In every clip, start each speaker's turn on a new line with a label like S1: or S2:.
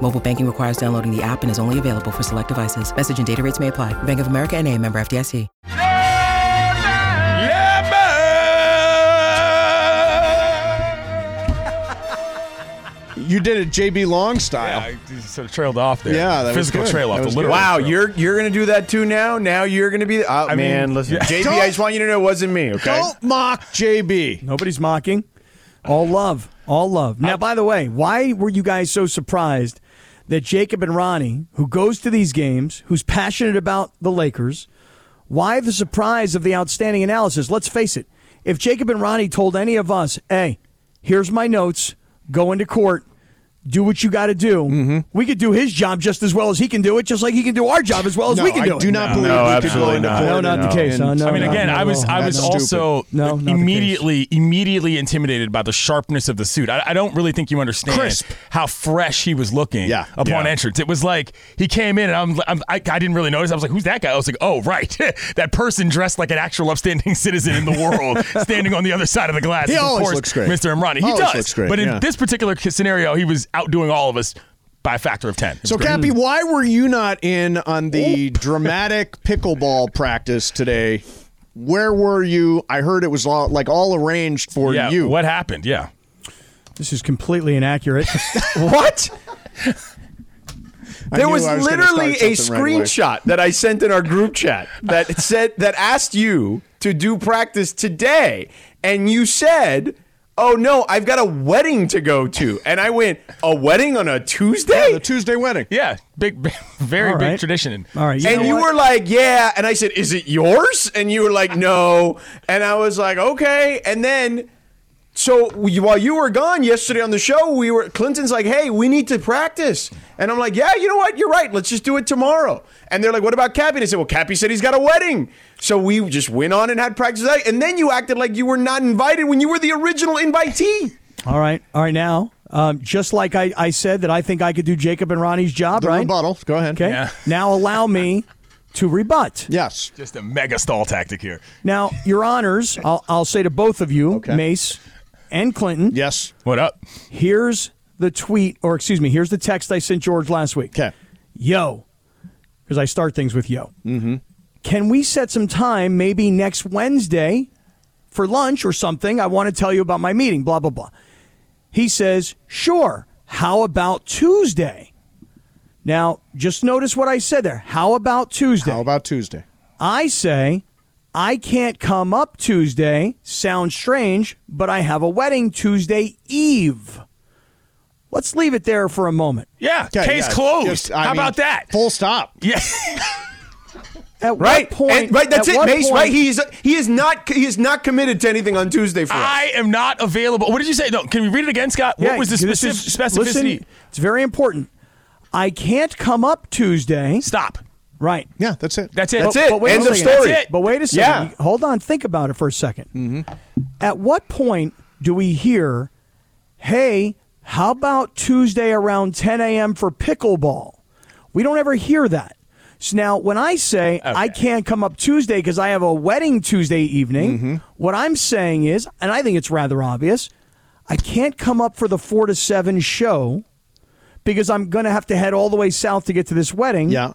S1: Mobile banking requires downloading the app and is only available for select devices. Message and data rates may apply. Bank of America and a member FDIC.
S2: You did it JB Long style.
S3: I sort of trailed off there.
S2: Yeah, that was
S3: physical
S2: good.
S3: trail off.
S2: That
S3: The
S2: was
S3: literal
S2: good.
S4: Wow,
S3: trail.
S4: you're you're gonna do that too now? Now you're gonna be? Oh, man,
S3: mean,
S4: listen,
S3: yeah.
S4: JP, I just want you to know it wasn't me. Okay,
S2: Don't mock JB.
S5: Nobody's mocking. All love. All love. Now, by the way, why were you guys so surprised that Jacob and Ronnie, who goes to these games, who's passionate about the Lakers, why the surprise of the outstanding analysis? Let's face it. If Jacob and Ronnie told any of us, hey, here's my notes, go into court, do what you got to do,
S2: Mm-hmm.
S5: we could do his job just as well as he can do it, just like he can do our job as well as
S2: No,
S5: we can
S2: I
S5: do it.
S2: do not believe
S4: no,
S2: we could go
S4: absolutely
S2: into
S4: not.
S2: court.
S5: No, not the
S2: and-
S5: case, huh? No,
S3: I mean,
S5: no,
S3: again,
S5: not
S3: I
S5: at
S3: was
S5: all.
S3: I was
S2: That's stupid.
S3: also
S2: Oh,
S5: No, not the case.
S3: immediately immediately intimidated by the sharpness of the suit. I, I don't really think you understand
S2: Crisp.
S3: how fresh he was looking
S2: Yeah.
S3: upon
S4: Yeah.
S3: entrance. It was like he came in, and I'm, I'm I, I didn't really notice. I was like, "Who's that guy?" I was like, "Oh, right, that person dressed like an actual upstanding citizen in the world, standing on the other side of the glass."
S2: He
S3: Of
S2: always
S3: course,
S2: looks great.
S3: Mr. Imrani. He
S2: Always
S3: does,
S2: looks great,
S3: but in
S2: yeah.
S3: this particular scenario, he was outdoing all of us by a factor of ten. It was
S2: So,
S3: great. Mm.
S5: Mm.
S2: Cappy, why were you not in on the dramatic pickleball practice today? Where were you? I heard it was all like all arranged for
S3: yeah,
S2: you.
S3: what happened? Yeah.
S5: This is completely inaccurate.
S4: what?
S2: I
S4: There
S2: knew
S4: was,
S2: I gonna start
S4: literally a
S2: something right away.
S4: screenshot that I sent in our group chat that said that asked you to do practice today, and you said, "Oh no, I've got a wedding to go to," and I went, "A wedding on a Tuesday?"
S2: the Tuesday wedding.
S3: Yeah, big, very
S5: All
S3: big
S5: right.
S3: tradition.
S5: All right.
S4: and you were like, "Yeah," and I said, "Is it yours?" And you were like, "No," and I was like, "Okay." And then, so we- while you were gone yesterday on the show, we were Clinton's like, "Hey, we need to practice," and I'm like, "Yeah, you know what? You're right. Let's just do it tomorrow." And they're like, "What about Cappy?" And I said, "Well, Cappy said he's got a wedding." So we just went on and had practice, that- and then you acted like you were not invited when you were the original invitee.
S5: All right, all right. Now, um, just like I, I said that I think I could do Jacob and Ronnie's job,
S2: The
S5: right?
S2: rebuttal. Go ahead.
S5: Okay.
S3: Yeah.
S5: Now allow me to rebut.
S2: Yes.
S3: Just a mega stall tactic here.
S5: Now, your honors, I'll, I'll say to both of you,
S2: Okay.
S5: Mace and Clinton.
S2: Yes.
S3: What up?
S5: Here's the tweet, or excuse me, here's the text I sent George last week.
S2: Okay.
S5: Yo, because I start things with yo. Mm-hmm. Can we set some time, maybe next Wednesday, for lunch or something? I want to tell you about my meeting. Blah blah blah. He says, sure. How about Tuesday? Now, just notice what I said there. How about Tuesday?
S2: How about Tuesday?
S5: I say, I can't come up Tuesday. Sounds strange, but I have a wedding Tuesday Eve. Let's leave it there for a moment.
S3: Yeah,
S2: Okay,
S3: case
S2: yeah,
S3: closed.
S2: just- I
S3: How
S2: mean,
S3: about that?
S2: Full stop.
S3: Yeah,
S5: At
S4: Right,
S5: what point?
S4: And- right. That's
S5: at
S4: it,
S5: what
S4: Mace.
S5: point-
S4: right. He is. He is not. He is not committed to anything on Tuesday for us.
S3: I am not available. What did you say? No, can we read it again, Scott?
S5: Yeah,
S3: what was the
S5: this
S3: specific
S5: is-
S3: specificity?
S5: Listen, it's very important. I can't come up Tuesday.
S3: Stop.
S5: Right.
S2: Yeah, that's it.
S3: That's it.
S4: That's
S3: Oh,
S4: it.
S5: But wait
S4: End
S5: a
S4: of
S5: second.
S4: story.
S3: That's it.
S5: But wait a second.
S4: Yeah. Mm-hmm.
S5: Hold on. Think about it for a 2nd At what point do we hear, hey, how about Tuesday around 10 a.m. for pickleball? We don't ever hear that. So now, when I say I can't come up Tuesday because I have a wedding Tuesday evening,
S4: Mm-hmm.
S5: what I'm saying is, and I think it's rather obvious, I can't come up for the four to seven show because I'm going to have to head all the way south to get to this wedding.
S2: Yeah.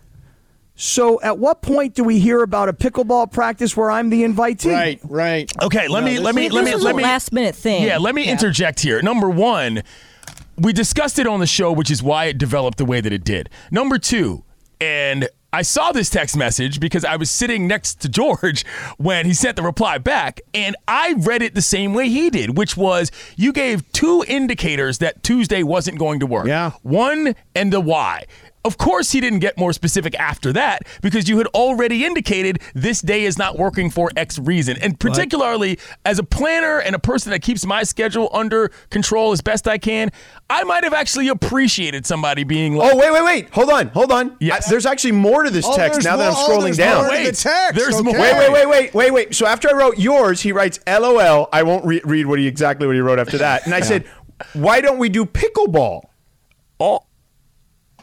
S5: So, at what point do we hear about a pickleball practice where I'm the invitee?
S2: Right, right.
S3: Okay, let
S2: No,
S3: me
S2: this
S3: let me
S2: is-
S3: let
S2: this
S3: me
S2: is
S3: let
S2: a
S3: me
S6: last minute thing.
S3: Yeah, let me interject here. Number one, we discussed it on the show, which is why it developed the way that it did. Number two, and I saw this text message because I was sitting next to George when he sent the reply back, and I read it the same way he did, which was you gave two indicators that Tuesday wasn't going to work.
S2: Yeah.
S3: One and the why. Of course, he didn't get more specific after that because you had already indicated this day is not working for X reason. And particularly as a planner and a person that keeps my schedule under control as best I can, I might have actually appreciated somebody being like,
S4: Oh wait, wait, wait! Hold on, hold on.
S3: Yes.
S4: I- there's actually more to this
S2: Oh,
S4: text
S2: there's
S4: now that I'm
S2: more- oh,
S4: scrolling
S2: there's
S4: down.
S2: more to the
S3: Wait,
S2: text.
S3: there's more-
S2: okay.
S4: Wait, wait, wait, wait, wait, wait. So after I wrote yours, he writes LOL. I won't re- read what he exactly what he wrote after that. And I said, "Why don't we do pickleball?"
S3: oh,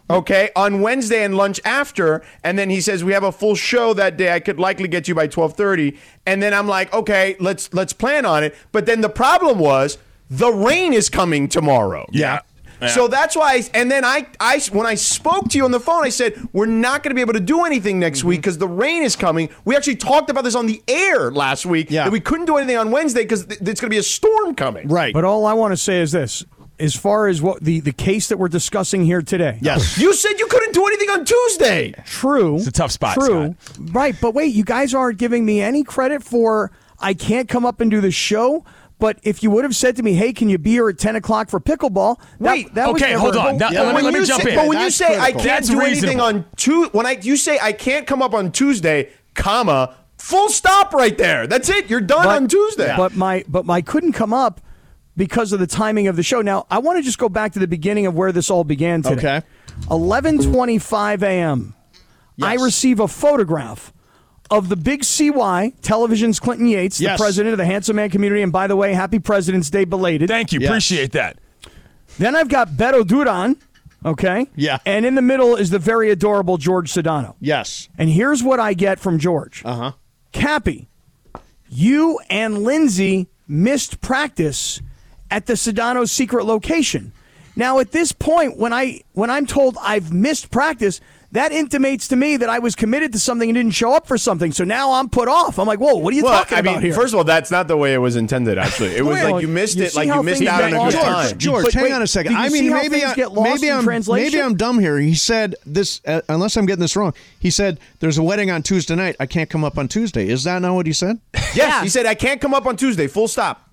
S4: Okay, on Wednesday and lunch after, and then he says we have a full show that day. I could likely get you by 12:30. And then I'm like, "Okay, let's let's plan on it." But then the problem was the rain is coming tomorrow.
S3: Yeah. Yeah.
S4: So that's why, I, and then I, I, when I spoke to you on the phone, I said we're not going to be able to do anything next week because the rain is coming. We actually talked about this on the air last week.
S2: Yeah.
S4: that we couldn't do anything on Wednesday because th- it's going to be a storm coming.
S2: Right.
S5: But all I want to say is this: as far as what the the case that we're discussing here today,
S2: yes.
S4: You said you couldn't do anything on Tuesday.
S5: True. It's
S3: a tough spot,
S5: True. Right. But wait, you guys aren't giving me any credit for I can't come up and do the show. But if you would have said to me, "Hey, can you be here at ten o'clock for pickleball?" that-
S4: Wait,
S5: that was
S3: okay,
S5: never-
S3: hold on. Now-
S2: Yeah,
S3: let me,
S2: when
S3: let me
S4: you
S3: jump
S4: say,
S3: in.
S4: But when you
S2: That's
S4: say I
S2: critical.
S4: can't
S3: That's
S4: do anything
S3: reasonable.
S4: on two, when I you say I can't come up on Tuesday, comma, full stop right there. That's it. You're done on Tuesday.
S5: But my but my couldn't come up because of the timing of the show. Now I want to just go back to the beginning of where this all began today.
S2: Okay.
S5: Eleven twenty five a.m. I receive a photograph of the big CY television's Clinton Yates,
S2: Yes.
S5: the president of the Handsome Man community, and by the way, happy President's Day belated.
S3: Thank you.
S2: Yes.
S3: Appreciate that.
S5: Then I've got Beto Duran. Okay.
S2: Yeah.
S5: And in the middle is the very adorable George Sedano.
S2: Yes.
S5: And here's what I get from George. Uh huh. Cappy, you and Lindsay missed practice at the Sedano's secret location. Now, at this point, when I when I'm told I've missed practice, that intimates to me that I was committed to something and didn't show up for something. So now I'm put off. I'm like, whoa, what are you
S4: well,
S5: talking
S4: I mean,
S5: about here?
S4: first of all, that's not the way it was intended. Actually, it was
S5: Well,
S4: like you missed
S5: you
S4: it,
S5: see
S4: like
S5: how
S4: you missed
S5: things
S4: out on a
S5: get lost.
S4: good
S5: George,
S4: time.
S2: George,
S5: But
S2: hang
S5: wait,
S2: on a second.
S5: do you
S2: I
S5: see
S2: mean,
S5: how
S2: maybe
S5: things
S2: I,
S5: get lost
S2: maybe
S5: in
S2: I'm maybe
S5: translation?
S2: I'm dumb here. He said this, uh, unless I'm getting this wrong. He said there's a wedding on Tuesday night. I can't come up on Tuesday. Is that not what he said?
S4: Yes, he said I can't come up on Tuesday. Full stop.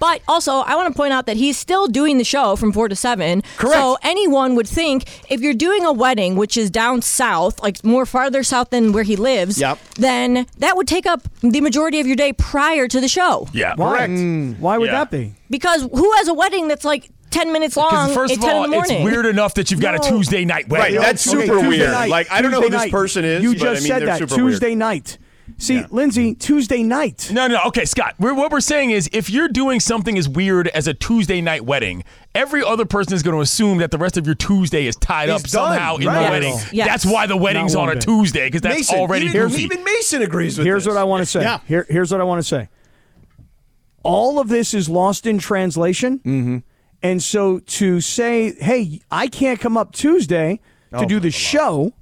S6: But also, I want to point out that he's still doing the show from four to seven.
S4: Correct.
S6: So anyone would think if you're doing a wedding, which is down south, like more farther south than where he lives,
S2: Yep.
S6: then that would take up the majority of your day prior to the show.
S3: Yeah.
S5: why? Why would
S3: Yeah.
S5: that be?
S6: Because who has a wedding that's like ten minutes long
S3: Because first
S6: at
S3: of
S6: ten
S3: all,
S6: in the
S3: it's
S6: morning?
S3: weird enough that you've got a
S5: No.
S3: Tuesday night wedding.
S4: Right, that's
S5: Okay,
S4: super
S5: Tuesday
S4: weird.
S5: night,
S4: Like, I don't know who
S5: Tuesday
S4: this person is,
S5: You
S4: but,
S5: just
S4: I mean,
S5: said
S4: they're
S5: that
S4: super weird.
S5: Tuesday night. See, Lindsay, Tuesday night.
S3: No, no, okay, Scott. We're, what we're saying is, if you're doing something as weird as a Tuesday night wedding, every other person is going to assume that the rest of your Tuesday is tied
S4: Is
S3: up
S4: done,
S3: somehow in
S4: right.
S3: the
S6: Yes,
S3: wedding.
S6: yes.
S3: That's why the wedding's
S5: Not
S3: on
S5: one
S3: a
S5: bit.
S3: Tuesday because that's
S4: Mason,
S3: already
S4: even,
S3: goofy.
S4: even Mason agrees with
S5: Here's
S4: this.
S5: what I want to say.
S2: Yeah.
S5: Here, here's what I want to say. All of this is lost in translation.
S3: Mm-hmm.
S5: And so to say, hey, I can't come up Tuesday
S3: Oh
S5: to do the show,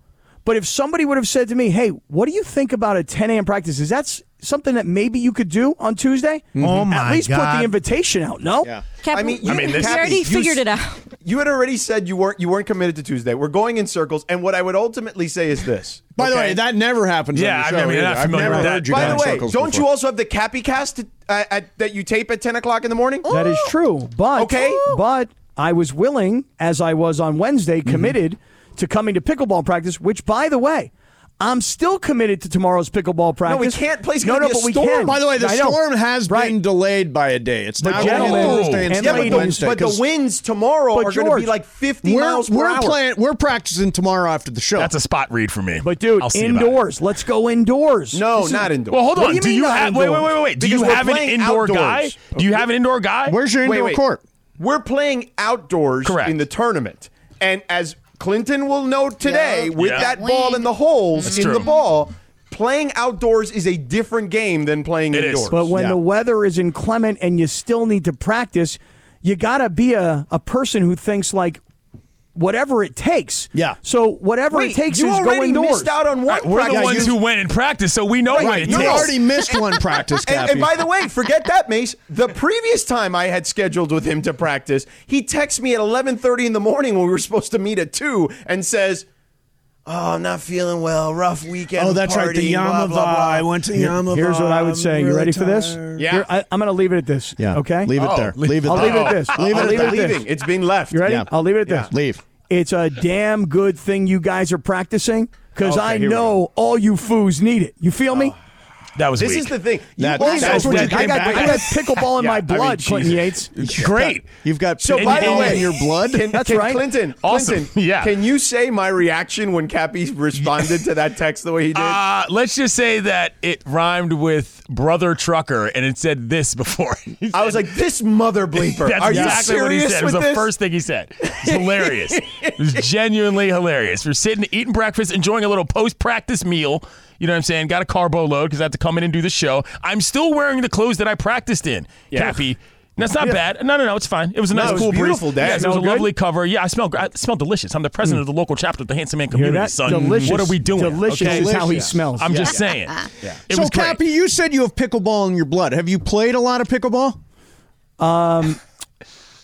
S5: but if somebody would have said to me, hey, what do you think about a 10 a.m. practice? Is that s- something that maybe you could do on Tuesday?
S3: Mm-hmm.
S7: Oh,
S5: At
S7: my
S5: least put
S7: God.
S5: the invitation out, no?
S2: Yeah.
S6: Cap-
S4: I mean,
S6: you,
S4: I mean,
S6: you
S4: this-
S6: already
S4: you s-
S6: figured it out.
S4: You had already said you weren't you weren't committed to Tuesday. We're going in circles, and what I would ultimately say is this.
S2: By the
S4: okay?
S2: way, that never happens.
S3: Yeah,
S2: on
S3: I
S2: the show
S3: mean, I'm
S2: either.
S3: not familiar
S2: I've never
S3: with that.
S2: heard you
S4: By
S2: go
S4: the
S2: in
S4: way,
S2: circles
S4: don't you
S2: before.
S4: also have the Cappy Cast uh, at, that you tape at ten o'clock in the morning?
S5: That is true. But
S4: Okay.
S5: but I was willing, as I was on Wednesday,
S4: Mm-hmm.
S5: committed to coming to pickleball practice, which by the way, I'm still committed to tomorrow's pickleball practice.
S4: can't. Place
S5: no,
S4: gonna
S5: no,
S4: be a
S5: but we
S4: storm.
S5: can.
S2: By the way, the
S5: I know.
S2: storm has
S5: Right.
S2: been delayed by a day. It's now going to be
S5: gentlemen
S2: Thursday
S5: and
S2: instead
S5: ladies-
S2: of Wednesday.
S4: but the
S2: 'cause
S4: winds tomorrow
S5: But
S4: are going to
S5: George,
S4: be like 50
S2: we're
S4: miles per
S2: we're
S4: hour.
S2: playing. We're practicing tomorrow after the show.
S3: That's a spot read for me.
S5: But dude,
S3: I'll see about it.
S5: indoors. Let's go indoors.
S4: No, not indoors.
S3: Well, hold
S5: What
S3: on.
S5: do you
S3: Do
S5: mean
S3: you,
S5: not
S3: have? Wait, wait, wait, wait, wait. Do
S4: Because
S3: you
S4: we're
S3: have an
S4: playing
S3: indoor guy?
S4: outdoors.
S3: Do you have an indoor guy?
S2: Where's your
S4: Wait,
S2: indoor
S4: wait.
S2: court?
S4: We're playing outdoors
S3: Correct.
S4: in the tournament. And as Clinton will know today, with
S3: Yeah.
S4: that ball in the holes
S3: That's
S4: in
S3: true.
S4: the ball, playing outdoors is a different game than playing
S3: It is.
S4: indoors.
S5: But when
S2: Yeah.
S5: the weather is inclement and you still need to practice, you gotta be a, a person who thinks like whatever it takes.
S2: Yeah.
S5: So whatever
S4: Wait,
S5: it takes
S4: you
S5: is go
S4: already
S5: indoors.
S4: missed out on one.
S3: All right, we're the
S4: practice.
S3: ones
S4: You-
S3: who went in practice, so we know what it
S2: You
S3: takes.
S2: already missed one practice,
S4: Oh, And,
S2: Cappy.
S4: and by the way, forget that, Mace. The previous time I had scheduled with him to practice, he texts me at 11:30 in the morning when we were supposed to meet at two, and says, "Oh, I'm not feeling well. Rough weekend.
S2: oh, that's right.
S4: partying,
S2: The
S4: blah,
S2: Yamava.
S4: blah, blah."
S2: I went to Yamava.
S5: Here's what I would say.
S2: I'm
S5: you ready
S2: really
S5: for this?
S2: tired.
S4: Yeah.
S5: Here, I, I'm going to leave it at this.
S2: Yeah.
S5: Okay.
S2: Leave it
S3: Oh,
S2: there.
S3: leave-
S2: Leave it.
S5: I'll
S2: there. Oh,
S5: leave it at this.
S2: Leave
S5: I'll
S2: it
S5: leave
S2: at
S5: it
S2: that.
S5: at this.
S4: Leaving. It's being left.
S5: You ready?
S2: Yeah.
S5: I'll leave it at this.
S2: Leave.
S5: it's a damn good thing you guys are practicing because I know all you foos need it. You feel
S2: Oh.
S5: me?
S3: That was
S4: This
S3: weak.
S4: is the thing. You
S2: That-
S4: also-
S2: that's what
S5: I
S2: you came
S5: got,
S2: back
S5: I got pickleball in
S3: Yeah, I
S5: my
S3: mean,
S5: blood, Clinton Yates.
S3: Great.
S2: You've got
S4: So, by the
S2: pickleball
S4: way,
S2: in your blood.
S4: Can,
S5: That's
S4: can
S5: right.
S4: Clinton.
S3: Awesome.
S4: Clinton,
S3: Yeah.
S4: Can you say my reaction when Cappy responded to that text the way he did?
S3: Uh, let's just say that it rhymed with brother trucker, and it said this before. He
S4: I was
S3: said-
S4: like, "This mother bleeper."
S3: That's
S4: Are
S3: exactly
S4: you
S3: what he
S4: serious
S3: said. It was the
S4: with this?
S3: first thing he said. It's hilarious. it was genuinely hilarious. We're sitting, eating breakfast, enjoying a little post-practice meal. You know what I'm saying? Got a carbo load because I have to come in and do the show. I'm still wearing the clothes that I practiced in, Cappy. That's not bad. No, no, no. It's fine. It was a nice,
S4: it was
S3: cool
S4: beautiful,
S3: breeze.
S4: Dad.
S3: Yes, it was a
S5: Smell good?
S3: lovely cover. Yeah, I smell. gr- I smell delicious. I'm the president of the local chapter of the Handsome Man Community.
S5: that?
S3: Son,
S5: Delicious.
S3: What are we doing?
S5: Delicious
S3: okay?
S5: is how he smells.
S3: I'm
S5: Yeah.
S3: just saying. It
S2: so
S3: was great.
S2: Cappy, you said you have pickleball in your blood. Have you played a lot of pickleball?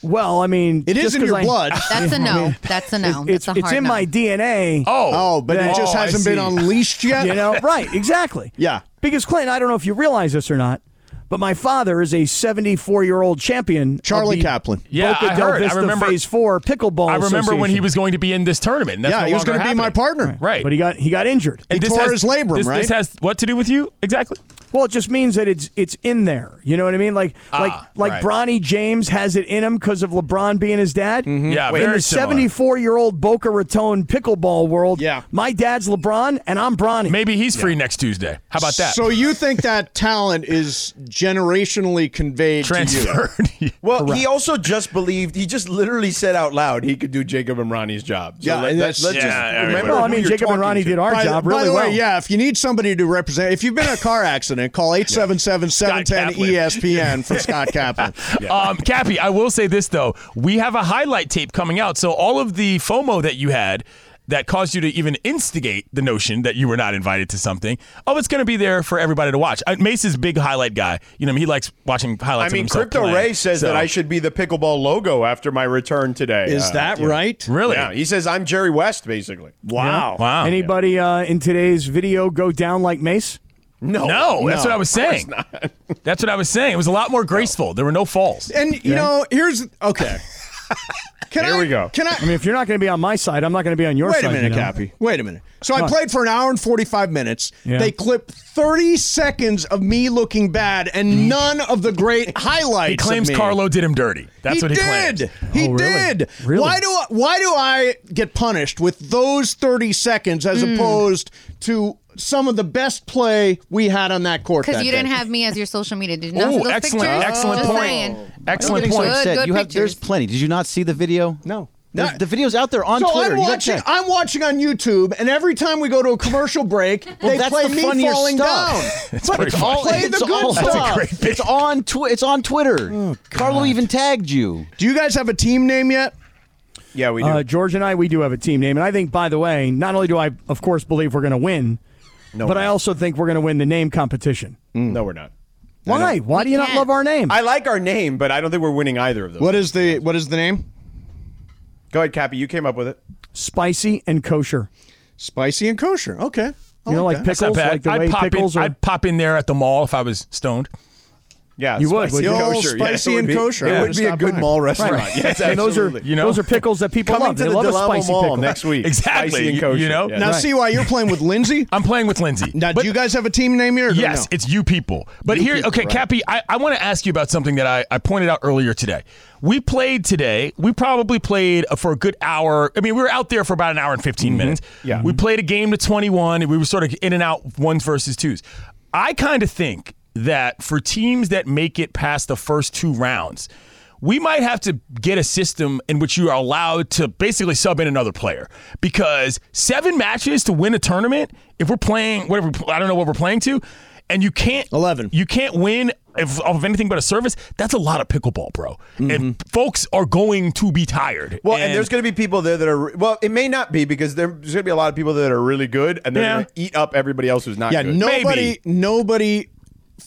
S5: Well, I mean,
S2: It is
S5: just
S2: in
S5: 'cause
S2: your
S5: I-
S2: blood.
S7: Um, That's a no. That's a no.
S5: It's,
S7: That's a
S5: it's
S7: hard
S5: in
S7: no.
S5: my DNA.
S3: Oh,
S2: Oh, but
S5: Yeah.
S2: it just
S3: Oh, I
S2: hasn't been
S3: see.
S2: unleashed yet.
S5: You know, right? Exactly.
S2: Yeah.
S5: Because Clinton, I don't know if you realize this or not, but my father is a 74 year old champion. of
S2: Charlie
S5: the
S2: Kaplan.
S3: Yeah,
S5: Boca
S3: I
S5: Del
S3: heard. I
S5: Vista
S3: remember-
S5: Phase Four pickleball.
S3: I remember when he
S5: Association.
S3: was going to be in this tournament. and That's
S2: yeah,
S3: no
S2: he was
S3: going to
S2: be my partner.
S3: Right.
S5: but he got he got injured.
S3: And
S2: He tore his labrum,
S3: this,
S2: right?
S3: This has what to do with you exactly?
S5: Well, it just means that it's it's in there. You know what I mean? Like
S3: Ah,
S5: like like
S3: right.
S5: Bronny James has it in him because of LeBron being his dad.
S3: Mm-hmm. Yeah,
S5: in
S3: very
S5: the
S3: similar.
S5: 74 year old Boca Raton pickleball world.
S2: Yeah.
S5: my dad's LeBron and I'm Bronny.
S3: Maybe he's free next Tuesday. How about that?
S2: So you think that talent is generationally conveyed to you?
S3: transferred.
S4: Well, he also just believed. He just literally said out loud he could do Jacob and Ronnie's job. So
S2: Yeah,
S4: let,
S2: and
S4: let,
S2: that's-
S4: let's
S3: yeah,
S4: just
S3: everybody.
S4: remember.
S5: well, I
S4: who
S5: mean
S4: you're
S5: Jacob and
S4: talking
S5: Ronnie
S4: to.
S5: did our
S2: By,
S5: job
S2: by
S5: really
S2: the way,
S5: well.
S2: yeah, if you need somebody to represent, if you've been in a car accident, call E 877-710-ESPN for Scott Kaplan.
S3: Um, Cappy, I will say this though: we have a highlight tape coming out, so all of the FOMO that you had that caused you to even instigate the notion that you were not invited to something, oh, it's going to be there for everybody to watch. Uh, Mace is a big highlight guy. You know, he likes watching
S4: I
S3: highlights. of
S4: mean,
S3: himself
S4: Crypto
S3: play.
S4: Ray says
S3: So-
S4: that I should be the pickleball logo after my return today.
S2: Is
S4: Uh,
S2: that
S4: yeah.
S2: right?
S3: really.
S4: Yeah, he says I'm Jerry West, basically.
S2: Wow.
S3: Wow.
S5: Anybody uh, in today's video go down like Mace?
S4: No,
S3: no, that's what I was saying. that's what I was saying. It was a lot more graceful. There were no falls.
S2: And you know, here's okay. Can
S4: Here
S2: I,
S4: we go.
S2: Can I?
S5: I mean, if you're not going to be on my side, I'm not going to be on your
S2: Wait
S5: side.
S2: a minute,
S5: you know?
S2: Cappy. Wait a minute. So I played for an hour and 45 minutes.
S5: Yeah.
S2: They clip 30 seconds of me looking bad
S5: Mm.
S2: and none of the great highlights.
S3: He claims
S2: of me.
S3: Carlo did him dirty. That's
S2: he
S3: what he
S2: did.
S3: claims.
S2: He
S5: Oh, really?
S2: did.
S5: Really?
S2: Why do I, why do I get punished with those 30 seconds as opposed to some of the best play we had on that court?
S7: Because
S2: that
S7: you didn't
S2: day?
S7: have me as your social media. Did you not see
S3: Oh,
S7: those
S3: excellent,
S7: pictures?
S3: excellent
S7: Just
S3: point.
S7: saying.
S3: Excellent
S7: Don't get
S3: point.
S7: excited. Good,
S8: Said,
S7: good
S8: Oh. you have, there's
S7: pictures.
S8: plenty. Did you not see the video?
S2: No.
S8: There's-
S2: Not-
S8: the video's out there on
S2: So
S8: Twitter.
S2: I'm
S8: You gotta
S2: watching.
S8: check.
S2: I'm watching on YouTube, and every time we go to a commercial break, they
S8: that's
S2: play
S8: the
S2: me
S8: funnier
S2: falling
S8: stuff.
S2: down.
S3: pretty
S8: it's all,
S2: funny. Play the
S8: it's
S2: good
S8: all,
S2: stuff. That's a
S3: great
S8: It's on twi- It's on Twitter. Carlo even tagged you.
S2: Do you guys have a team name yet?
S4: Yeah, we do.
S5: Uh, George and I, we do have a team name, and I think, by the way, not only do I, of course, believe we're going to win, but I also think we're going to win the name competition.
S4: no, we're not.
S5: Why? Why do you not
S7: can't.
S5: love our name?
S4: I like our name, but I don't think we're winning either of those.
S2: What is the what is the name?
S4: Go ahead, Cappy. You came up with it.
S5: Spicy and kosher.
S2: Spicy and kosher. Okay. I
S5: You know, like
S2: that.
S5: pickles,
S3: Not bad.
S5: like the
S3: I'd,
S5: way
S3: pop
S5: pickles
S3: in,
S5: are.
S3: I'd pop in there at the mall if I was stoned.
S4: Yeah,
S5: You would,
S4: spicy
S5: wouldn't
S4: and
S3: Oh,
S2: you?
S4: kosher. Yeah,
S2: Yo,
S4: it
S2: spicy
S4: would
S2: and
S4: be-
S2: kosher. I
S4: It
S2: had
S4: would
S2: to
S4: be a
S2: stop
S4: good
S2: by.
S4: mall restaurant. Yes,
S5: and those are
S4: absolutely.
S3: you know?
S5: those are pickles that people
S4: coming
S5: love.
S4: to
S5: they
S4: the
S5: love
S4: Delamo
S5: a spicy
S4: Mall
S5: pickle.
S4: next week.
S3: Exactly.
S4: Spicy and
S3: You-
S4: kosher.
S3: you know?
S4: Yeah.
S2: Now see why you're playing with Lindsay.
S3: I'm playing with Lindsay.
S2: Now,
S3: But-
S2: do you guys have a team name here? or
S3: Yes,
S2: no?
S3: it's you people. But here, okay, Cappy, I, I want to ask you about something that I, I pointed out earlier today. We played today. We probably played uh, for a good hour. I mean, we were out there for about an hour and
S5: Mm-hmm.
S3: 15 minutes.
S4: Yeah.
S3: We played a game to 21, and we were sort of in and out ones versus twos. I kind of think that for teams that make it past the first two rounds, we might have to get a system in which you are allowed to basically sub in another player because seven matches to win a tournament, if we're playing whatever, I don't know what we're playing to, and you can't
S2: 11.
S3: you can't win if, of anything but a service. That's a lot of pickleball, bro. And folks are going to be tired.
S4: Mm-hmm. Well, and, there's going to be people there that are well. It may not be because there's going to be a lot of people that are really good, and they're
S3: Yeah.
S4: going to eat up everybody else who's not.
S2: yeah.
S4: good.
S2: Nobody. Nobody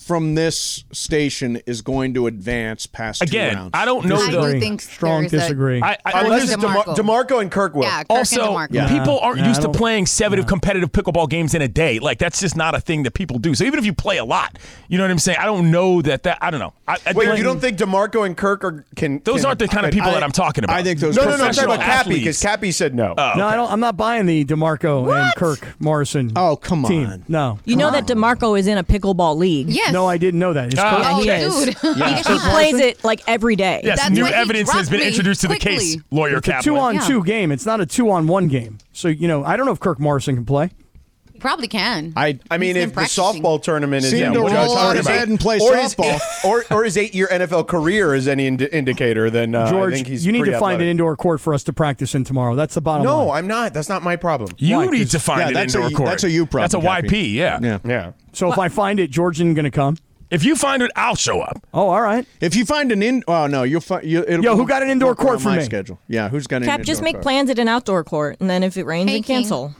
S2: from this station is going to advance past Two
S3: Again,
S2: rounds.
S3: I don't know
S7: I
S3: though.
S7: do think
S5: Strong
S7: there's a-
S5: disagree.
S3: I, I, I
S4: Unless
S3: just-
S4: it's DeMar-
S7: DeMarco.
S4: DeMarco and Kirk will.
S7: Yeah, Kirk and
S3: also,
S7: DeMarco.
S3: people aren't
S5: Yeah,
S3: used
S5: I
S3: to
S5: don't-
S3: playing sedative competitive pickleball games in a day. Like that's just not a thing that people do. So even if you play a lot, you know what I'm saying. I don't know that that. I don't know. I, I
S4: Wait,
S3: think-
S4: you don't think DeMarco and Kirk are can?
S3: those
S4: can-
S3: aren't the kind of people
S2: I-
S3: that I'm talking about? Oh,
S2: I think those
S4: No, no, no. I'm talking
S3: professional
S4: about Cappy because
S3: athletes.
S4: Cappy said no.
S5: No, I don't. I'm not buying the Demarco and Kirk Morrison.
S2: Oh, come
S5: team.
S2: on.
S5: No,
S6: You know that DeMarco is in a pickleball league.
S7: Yes.
S5: no, I didn't know that. It's Kirk-
S6: Yeah,
S7: Oh,
S6: he is.
S7: dude.
S6: He plays it like every day.
S3: Yes,
S7: That's
S3: new
S7: why he
S3: evidence has
S7: dropped
S3: been
S7: me
S3: introduced to the
S7: quickly.
S3: case. Lawyer
S5: it's a two
S3: Kaplan.
S5: on
S7: Yeah.
S5: two game. It's not a two on one game. So you know, I don't know if Kirk Morrison can play.
S7: Probably can.
S2: I-
S4: I mean,
S7: He's
S4: if
S7: been
S4: the
S7: practicing.
S4: softball tournament is
S2: Seemed
S4: yeah,
S2: to
S4: what
S2: roll
S4: you guys
S2: out
S4: talking
S2: his
S4: about.
S2: head and play
S4: or his-
S2: softball.
S4: or or his eight-year NFL career is any ind- indicator, then uh, I
S5: George,
S4: think he's
S5: you need
S4: pretty
S5: to find an
S4: athletic.
S5: indoor court for us to practice in tomorrow. That's the bottom line.
S4: No, I'm not. That's not my problem.
S3: You
S5: Why?
S3: need
S5: 'Cause-
S3: to find
S2: Yeah,
S3: an
S2: that's a-
S3: indoor court.
S2: that's a you problem,
S3: That's a YP.
S2: Cappy.
S3: Yeah.
S2: Yeah.
S4: Yeah.
S5: So if I find it, George isn't going to come.
S3: If you find it, I'll show up.
S5: Oh, all right.
S2: If you find an in, oh no, you'll find. You, it'll
S5: Yo, who got an indoor
S2: work
S5: court
S2: around
S5: for
S2: my
S5: me?
S2: Schedule. Yeah, who's got an
S6: Cap,
S2: indoor
S6: just make
S2: court?
S6: plans at an outdoor court, and then if it rains,
S7: Hey,
S6: then
S7: King.
S6: cancel.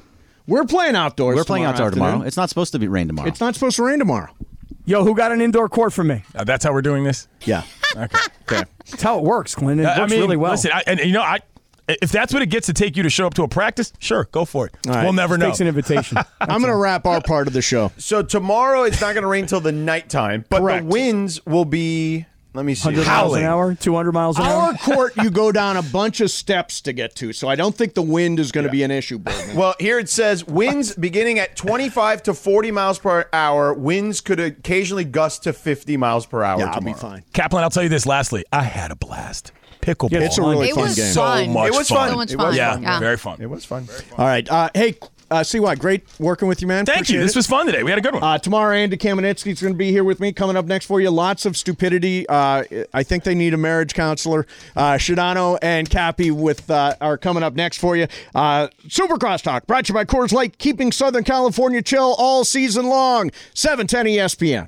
S2: We're playing outdoors.
S8: We're playing outdoor tomorrow.
S2: afternoon.
S8: It's not supposed to be rain tomorrow.
S2: It's not supposed to rain tomorrow.
S5: Yo, who got an indoor court for me?
S3: Uh, that's how we're doing this.
S2: Yeah. okay. Okay.
S5: That's how it works, Clint. It
S3: Uh, I-
S5: works
S3: I mean,
S5: really well.
S3: Listen, I, and you know, I if that's what it gets to take you to show up to a practice, sure, go for it.
S2: right.
S3: We'll never know.
S5: Takes an invitation.
S2: I'm going to wrap our part of the show.
S4: So tomorrow it's not going to rain till the nighttime, but
S2: Correct.
S4: the winds will be. Let me see. Oh.
S5: 100 miles
S3: Howling.
S5: an hour, 200 miles an hour.
S2: Our court, you go down a bunch of steps to get to, so I don't think the wind is going to be an issue, Bergman.
S4: Well, here it says winds beginning at 25 to 40 miles per hour. Winds could occasionally gust to 50 miles per hour.
S2: yeah, I'll be
S4: tomorrow.
S2: fine.
S3: Caplan, I'll tell you this lastly. I had a blast. Pickleball.
S5: Yeah,
S2: It's a really
S7: It
S2: fun
S7: was
S2: game.
S3: so
S7: fun.
S3: much
S4: It was
S3: fun.
S4: fun.
S7: So much
S4: It was
S7: fun.
S3: yeah,
S7: Yeah.
S3: very fun.
S4: It was fun.
S2: All right. Uh, hey, uh, CY, great working with you, man.
S3: Thank you.
S2: Appreciate
S3: This
S2: it.
S3: was fun today. We had a good one.
S2: Uh, tomorrow, Andy Kamenetsky is going to be here with me. Coming up next for you, lots of stupidity. Uh, I think they need a marriage counselor. Uh, Shadano and Cappy with uh, are coming up next for you. Uh, Super Crosstalk brought to you by Coors Light, keeping Southern California chill all season long. E 710 ESPN.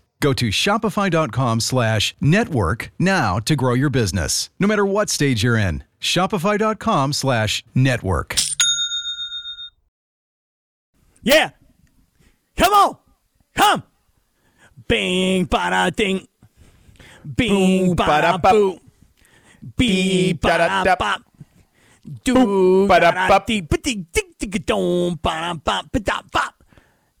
S9: Go to shopify.com slash network now to grow your business, no matter what stage you're in. Shopify.com slash network.
S5: yeah. Come on. Come. Bing, bada, ding.
S4: Boo,
S5: Bing, bada,
S4: bada, bop.
S5: boo.
S4: Bee,
S5: Bee,
S4: bada,
S5: bada,
S4: dap.
S5: bop. Do,
S4: bada,
S5: bada,
S4: bop.
S5: dee, ba, dee, ding, ding, dong, bada, bop, bada, bop.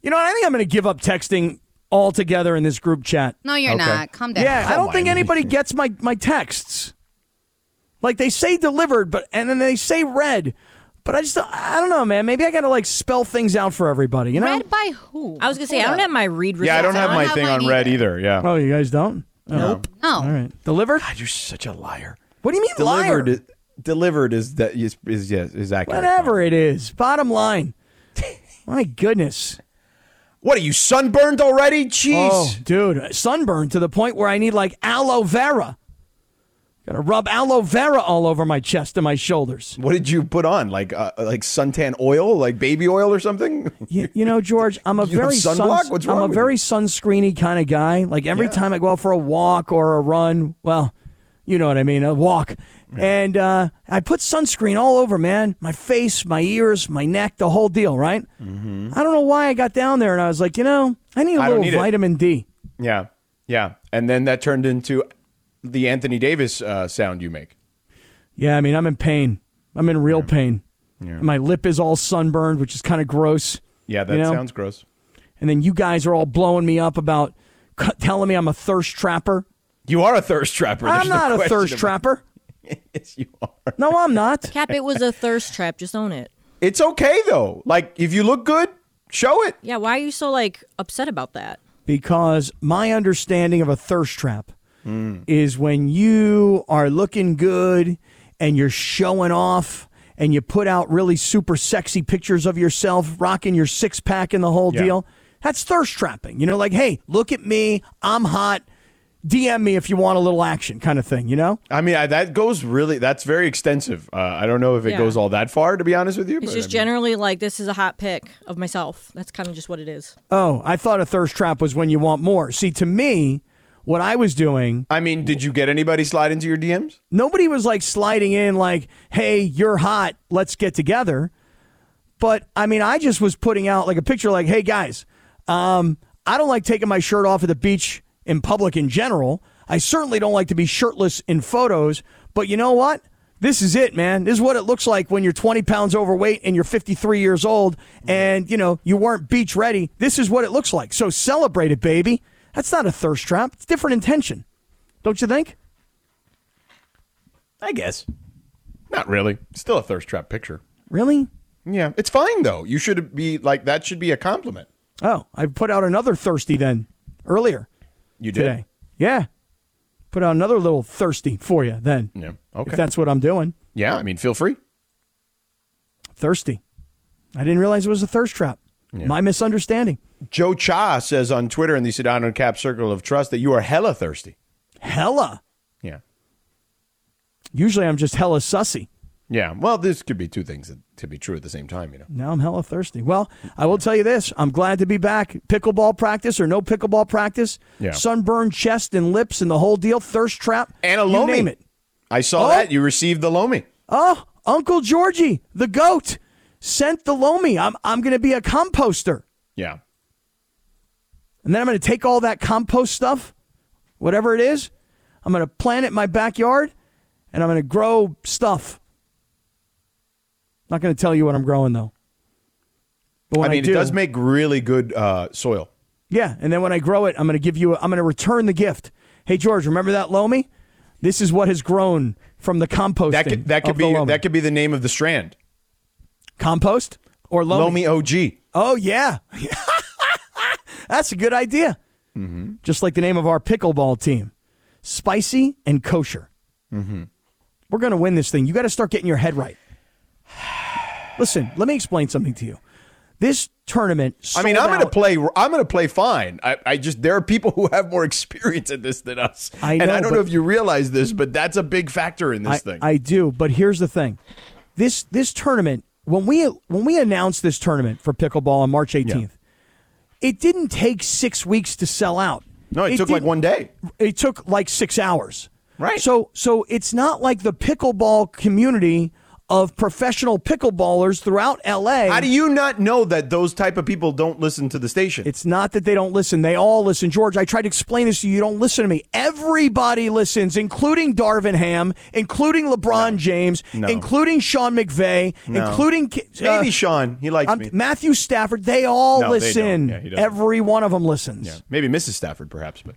S5: You know, what? I think I'm going to give up texting altogether in this group chat.
S7: No, you're not. Calm down.
S5: Yeah, I don't think anybody gets my my texts. Like they say delivered, but and then they say read, but I just I don't know, man. Maybe I gotta like spell things out for everybody, you know?
S7: Read by who?
S6: I was gonna say I
S7: Hold
S6: don't
S7: up.
S6: have my read.
S4: Yeah, I don't
S6: results.
S4: have my
S7: have
S4: thing
S7: mine
S4: on red
S7: either.
S4: either. Yeah.
S5: Oh, you guys don't? Nope.
S7: No.
S5: All right, delivered.
S4: You're such a liar.
S5: What do you mean
S4: Delivered.
S5: liar?
S4: Is, delivered is that is is yes is accurate.
S5: Whatever it is. Bottom line. My goodness.
S4: What are you sunburned already? Jeez.
S5: Oh, dude, sunburn to the point where I need like aloe vera. Gonna rub aloe vera all over my chest and my shoulders.
S4: What did you put on? Like uh, like suntan oil, like baby oil or something?
S5: You, you know, George, I'm a
S4: You have
S5: very
S4: sunblock? What's wrong
S5: I'm a
S4: with
S5: very sunscreeny kind of guy. Like every time I go out for a walk or a run, well, you know what I mean, a walk, and uh, I put sunscreen all over, man, my face, my ears, my neck, the whole deal, right? I don't know why I got down there and I was like, you know, I need a
S4: Mm-hmm. I don't
S5: little
S4: need it.
S5: vitamin D.
S4: Yeah, yeah. And then that turned into the Anthony Davis uh, sound you make.
S5: Yeah, I mean, I'm in pain. I'm in real pain. My lip is all sunburned, which is kind of gross.
S4: Yeah, that
S5: you know?
S4: sounds gross.
S5: And then you guys are all blowing me up about c- telling me I'm a thirst trapper.
S4: You are a thirst trapper.
S5: I'm
S4: There's no
S5: not a
S4: question
S5: thirst
S4: about-
S5: trapper.
S4: yes, you are.
S5: No, I'm not.
S6: Cap, it was a thirst trap. Just own it.
S4: It's okay though. Like if you look good, show it.
S6: Yeah, why are you so like upset about that?
S5: Because my understanding of a thirst trap
S4: Hmm.
S5: is when you are looking good and you're showing off and you put out really super sexy pictures of yourself, rocking your six pack and the whole deal. That's thirst trapping. You know, like, hey, look at me. I'm hot. DM me if you want a little action kind of thing, you know?
S4: I mean, I, that goes really. That's very extensive. Uh, I don't know if it
S6: Yeah.
S4: goes all that far, to be honest with you.
S6: It's
S4: but
S6: just
S4: I mean-
S6: generally like this is a hot pick of myself. That's kind of just what it is.
S5: Oh, I thought a thirst trap was when you want more. See, to me, what I was doing
S4: I mean, did you get anybody slide into your DMs?
S5: nobody was like sliding in like hey you're hot let's get together but i mean i just was putting out like a picture like hey guys um, i don't like taking my shirt off at the beach in public in general i certainly don't like to be shirtless in photos but you know what this is it man this is what it looks like when you're 20 pounds overweight and you're 53 years old and you know you weren't beach ready this is what it looks like so celebrate it baby that's not a thirst trap it's different intention don't you think
S4: I guess. Not really. Still a thirst trap picture.
S5: really
S4: Yeah, it's fine though. You should be like that. Should be a compliment.
S5: Oh, I put out another thirsty then earlier
S4: You did.
S5: today. Yeah. Put out another little thirsty for you then.
S4: Yeah.
S5: If
S4: Okay.
S5: that's what I'm doing.
S4: yeah. I mean, feel free.
S5: Thirsty. I didn't realize it was a thirst trap. My misunderstanding.
S4: Joe Cha says on Twitter in the Sedano and Cap Circle of Trust that you are hella thirsty.
S5: Hella.
S4: Yeah.
S5: Usually I'm just hella sussy.
S4: Yeah. Well, this could be two things that could be true at the same time, you know.
S5: Now I'm hella thirsty. Well, I will tell you this. I'm glad to be back. Pickleball practice or no pickleball practice.
S4: Yeah.
S5: Sunburned chest and lips and the whole deal. Thirst trap.
S4: And a
S5: you
S4: Lomi.
S5: name it.
S4: I saw
S5: Oh.
S4: that. You received the Lomi.
S5: Oh, Uncle Georgie, the goat, sent the loamy. I'm, I'm going to be a composter.
S4: Yeah.
S5: And then I'm going to take all that compost stuff, whatever it is, I'm going to plant it in my backyard and I'm going to grow stuff. Not going to tell you what I'm growing though. But
S4: I
S5: when I,
S4: mean,
S5: do,
S4: it does make really good uh, soil.
S5: yeah, and then when I grow it, I'm going to give you. A, I'm going to return the gift. Hey George, remember that loamy? This is what has grown from the composting.
S4: That could that could
S5: of the
S4: be
S5: loamy.
S4: that could be the name of the strand.
S5: compost or loamy.
S4: Lomi OG.
S5: Oh yeah, that's a good idea.
S4: Mm-hmm.
S5: Just like the name of our pickleball team, spicy and kosher. We're gonna win this thing. You got to start getting your head right. Listen, let me explain something to you. This tournament.
S4: I mean,
S5: sold
S4: I'm going to
S5: out-
S4: play. I'm going to play fine. I, I just there are people who have more experience at this than us,
S5: I
S4: and
S5: know,
S4: I don't know
S5: but-
S4: if you realize this, but that's a big factor in this
S5: I,
S4: thing.
S5: I do, but here's the thing. This this tournament, when we when we announced this tournament for pickleball on March 18th, it didn't take six weeks to sell out.
S4: no, it, took like
S5: didn't-
S4: one day.
S5: it took like six hours.
S4: Right.
S5: So so it's not like the pickleball community of professional pickleballers throughout LA.
S4: How do you not know that those type of people don't listen to the station?
S5: it's not that they don't listen. They all listen. George, I tried to explain this to you. You don't listen to me. Everybody listens, including Darvin Ham, including LeBron James, including Sean McVay, including Ki- uh,
S4: Maybe Sean, he likes
S5: um,
S4: me.
S5: Matthew Stafford. They all
S4: No, they don't.
S5: listen.
S4: Yeah, he doesn't.
S5: Every one of them listens.
S4: Maybe Mrs. Stafford, perhaps, but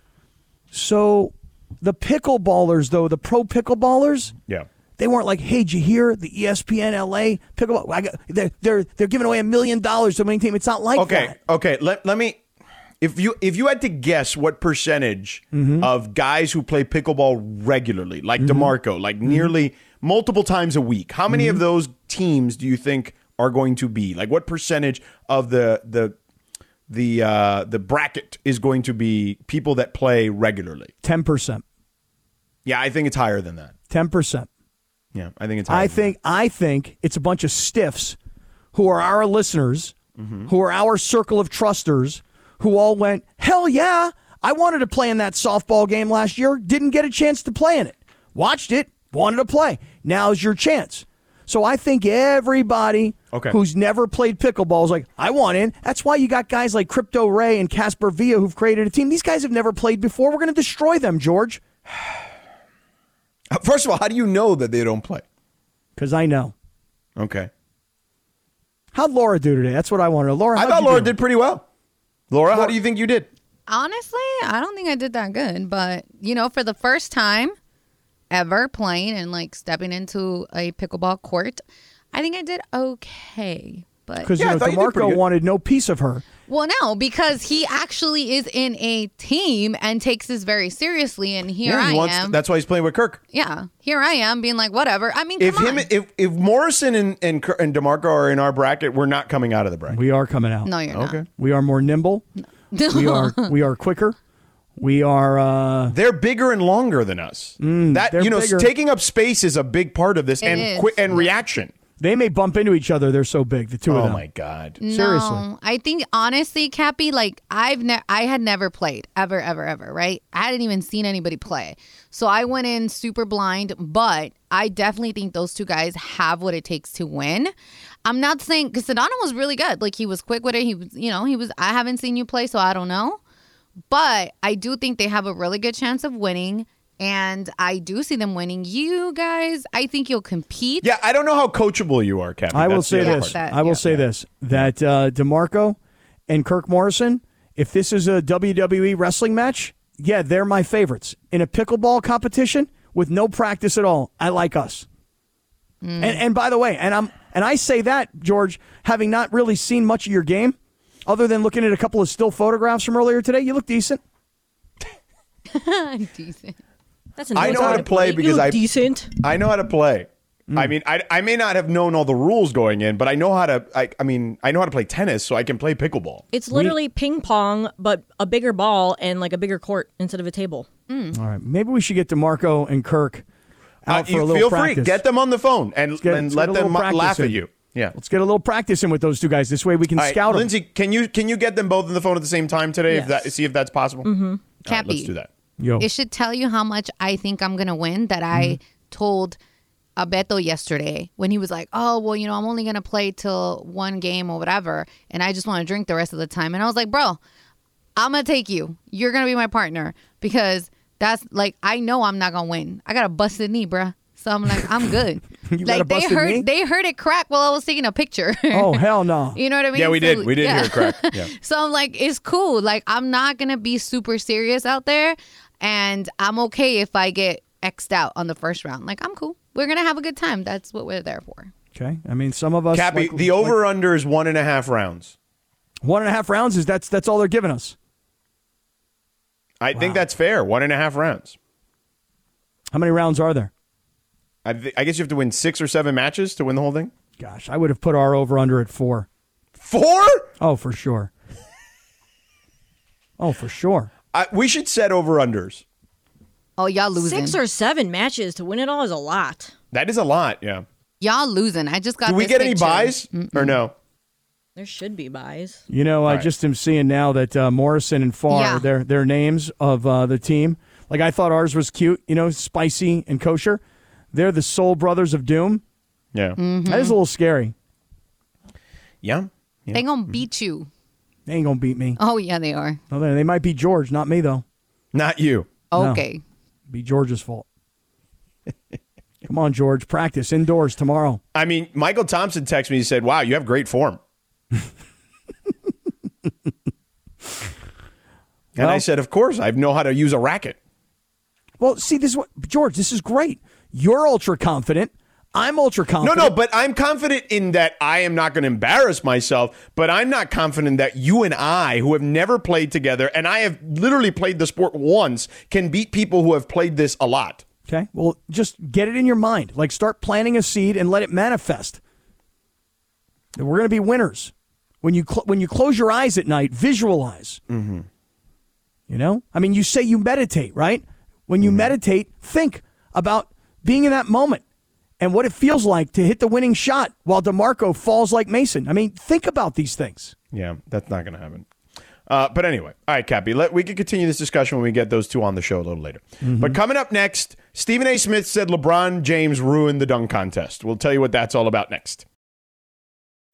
S5: So the pickleballers, though, the pro pickleballers,
S4: yeah.
S5: They weren't like, "Hey, did you hear the E ESPN LA pickleball? I got, they're they're they're giving away a million dollars to any team. It's not like
S4: Okay,
S5: that.
S4: okay. Let let me. If you if you had to guess what percentage
S5: Mm-hmm.
S4: of guys who play pickleball regularly, like Demarco, like
S5: Mm-hmm.
S4: nearly multiple times a week, how many of those teams do you think are going to be? Like, what percentage of the the the uh, the bracket is going to be people that play regularly?
S5: Ten percent,
S4: Yeah, I think it's higher than that.
S5: Ten percent.
S4: Yeah, I think it's.
S5: I think I think it's a bunch of stiffs who are our listeners,
S4: Mm-hmm.
S5: who are our circle of trusters, who all went, hell yeah, I wanted to play in that softball game last year, didn't get a chance to play in it. Watched it, wanted to play. Now's your chance. So I think everybody
S4: Okay.
S5: who's never played pickleball is like, I want in. That's why you got guys like Crypto Ray and Casper Villa who've created a team. These guys have never played before. We're going to destroy them, George.
S4: First of all, how do you know that they don't play?
S5: Because I know.
S4: Okay.
S5: How'd Laura do today? That's what I wanted. Laura,
S4: I
S5: how'd
S4: thought
S5: you
S4: Laura
S5: do?
S4: did pretty well. Laura, how do you think you did?
S7: Honestly, I don't think I did that good, but you know, for the first time ever playing and like stepping into a pickleball court, I think I did okay. But
S5: Because you know, DeMarco wanted no piece of her.
S7: Well, no, because he actually is in a team and takes this very seriously. And here
S4: Yeah, he
S7: I
S4: wants-
S7: am.
S4: That's why he's playing with Kirk.
S7: yeah, here I am being like, whatever. I mean,
S4: If
S7: come
S4: him,
S7: on.
S4: if, if Morrison and, and Kirk- and Demarco are in our bracket, we're not coming out of the bracket.
S5: We are coming out.
S7: no, you're
S4: Okay.
S5: We are more nimble. we are we are quicker. We are uh Mm,
S4: They're bigger and longer than us. that
S5: they're
S4: you know,
S5: bigger.
S4: taking up space is a big part of this,
S7: It
S4: and
S7: is.
S4: qui- and reaction.
S5: they may bump into each other. They're so big, the two of
S4: Oh
S5: them.
S4: my god!
S7: not.
S5: Seriously.
S7: No, I think honestly, Cappy, like I've ne- I had never played ever, ever, ever. Right? I hadn't even seen anybody play, so I went in super blind. But I definitely think those two guys have what it takes to win. I'm not saying because Sedano was really good. Like he was quick with it. He was, you know, he was. I haven't seen you play, so I don't know. But I do think they have a really good chance of winning. And I do see them winning. You guys, I think you'll compete.
S4: Yeah, I don't know how coachable you are, Captain.
S5: I will
S4: That's the
S5: say
S4: other part.
S5: this.
S7: That-
S5: I will
S7: yeah.
S5: say this that uh DeMarco and Kirk Morrison, if this is a WWE wrestling match, yeah, they're my favorites. In a pickleball competition with no practice at all, I like us.
S7: Mm.
S5: And and by the way, and I'm and I say that, George, having not really seen much of your game, other than looking at a couple of still photographs from earlier today, you look decent.
S7: Decent.
S6: That's an
S4: I know how to play
S6: You
S4: because
S6: look
S4: I-
S6: decent.
S4: I know how to play.
S5: Mm.
S4: I mean, I, I may not have known all the rules going in, but I know how to. I, I mean, I know how to play tennis, so I can play pickleball.
S6: It's literally ping pong, but a bigger ball and like a bigger court instead of a table.
S7: Mm.
S5: All right, maybe we should get DeMarco and Kirk out
S4: Uh,
S5: for
S4: you
S5: a little
S4: feel
S5: practice.
S4: free, get them on the phone and,
S5: get-
S4: and
S5: let's
S4: let
S5: get a
S4: them
S5: little practice
S4: laugh at
S5: in.
S4: you. Yeah.
S5: Let's get a little practice in with those two guys. This way we can
S4: All right,
S5: scout 'em.
S4: Lindsay, can you can you get them both on the phone at the same time today? If
S6: Yes.
S4: that, see if that's possible. Mm-hmm.
S7: Can't
S4: let's
S7: be.
S4: do that.
S5: Yo, Mm-hmm.
S7: It should tell you how much I think I'm gonna win that I told Abeto yesterday when he was like, "Oh, well, you know, I'm only gonna play till one game or whatever, and I just want to drink the rest of the time." And I was like, "Bro, I'm gonna take you. You're gonna be my partner because that's like I know I'm not gonna win. I got a busted knee, bruh." So I'm like, I'm good.
S5: You got
S7: like
S5: a
S7: they
S5: busted
S7: heard,
S5: knee?
S7: they heard it crack while I was taking a picture.
S5: oh hell no!
S7: You know what I mean?
S4: Yeah, we
S7: So-
S4: did. We did
S7: yeah.
S4: hear it crack. Yeah.
S7: So I'm like, it's cool. Like, I'm not going to be super serious out there. And I'm okay if I get X'd out on the first round. Like, I'm cool. We're going to have a good time. That's what we're there for.
S5: Okay, I mean some of us.
S4: Cappy,
S5: like-
S4: the
S5: like
S4: over under is one and a half rounds.
S5: one and a half rounds is that's that's all they're giving us.
S4: I think that's fair. One and a half rounds.
S5: How many rounds are there?
S4: I, th- I guess you have to win six or seven matches to win the whole thing.
S5: Gosh, I would have put our over under at four.
S4: Four?
S5: Oh, for sure. oh, for sure.
S4: I, we should set over unders.
S7: Oh, y'all losing.
S6: Six or seven matches to win it all is a lot.
S4: That is a lot. Yeah.
S7: y'all losing. I just got
S4: Do we
S7: this
S4: get any
S7: picture.
S4: buys or no?
S6: There should be buys.
S5: You know, I
S4: right.
S5: just am seeing now that uh, Morrison and Farr,
S7: Yeah.
S5: their their names of uh, the team. Like I thought ours was cute, you know, spicy and kosher. They're the Soul Brothers of Doom.
S4: Yeah.
S7: Mm-hmm.
S5: That is a little scary.
S4: Yeah. Mm-hmm.
S7: They going to beat you.
S5: They ain't gonna beat me.
S7: Oh, yeah, they are.
S5: No, they they might beat George, not me though.
S4: Not you.
S7: Okay.
S5: Be George's fault. Come on, George. Practice indoors tomorrow.
S4: I mean, Michael Thompson texted me. He said, "Wow, you have great form." and I
S5: Well-
S4: said, "Of course, I know how to use a racket."
S5: Well, see, this is what George. This is great. You're ultra confident. I'm ultra
S4: No,
S5: confident.
S4: no, but I'm confident in that I am not going to embarrass myself, but I'm not confident that you and I, who have never played together, and I have literally played the sport once, can beat people who have played this a lot.
S5: Okay. Well, just get it in your mind. Like, start planting a seed and let it manifest. That We're going to be winners. When you cl- when you close your eyes at night, visualize. Mm-hmm.
S4: Mm-hmm.
S5: You know, I mean, you say you meditate, right? When you meditate, think about being in that moment and what it feels like to hit the winning shot while DeMarco falls like Mason. I mean, think about these things.
S4: Yeah, that's not going to happen. Uh, but anyway, all right, Cappy, let, we can continue this discussion when we get those two on the show a little later. But coming up next, Stephen A. Smith said LeBron James ruined the dunk contest. We'll tell you what that's all about next.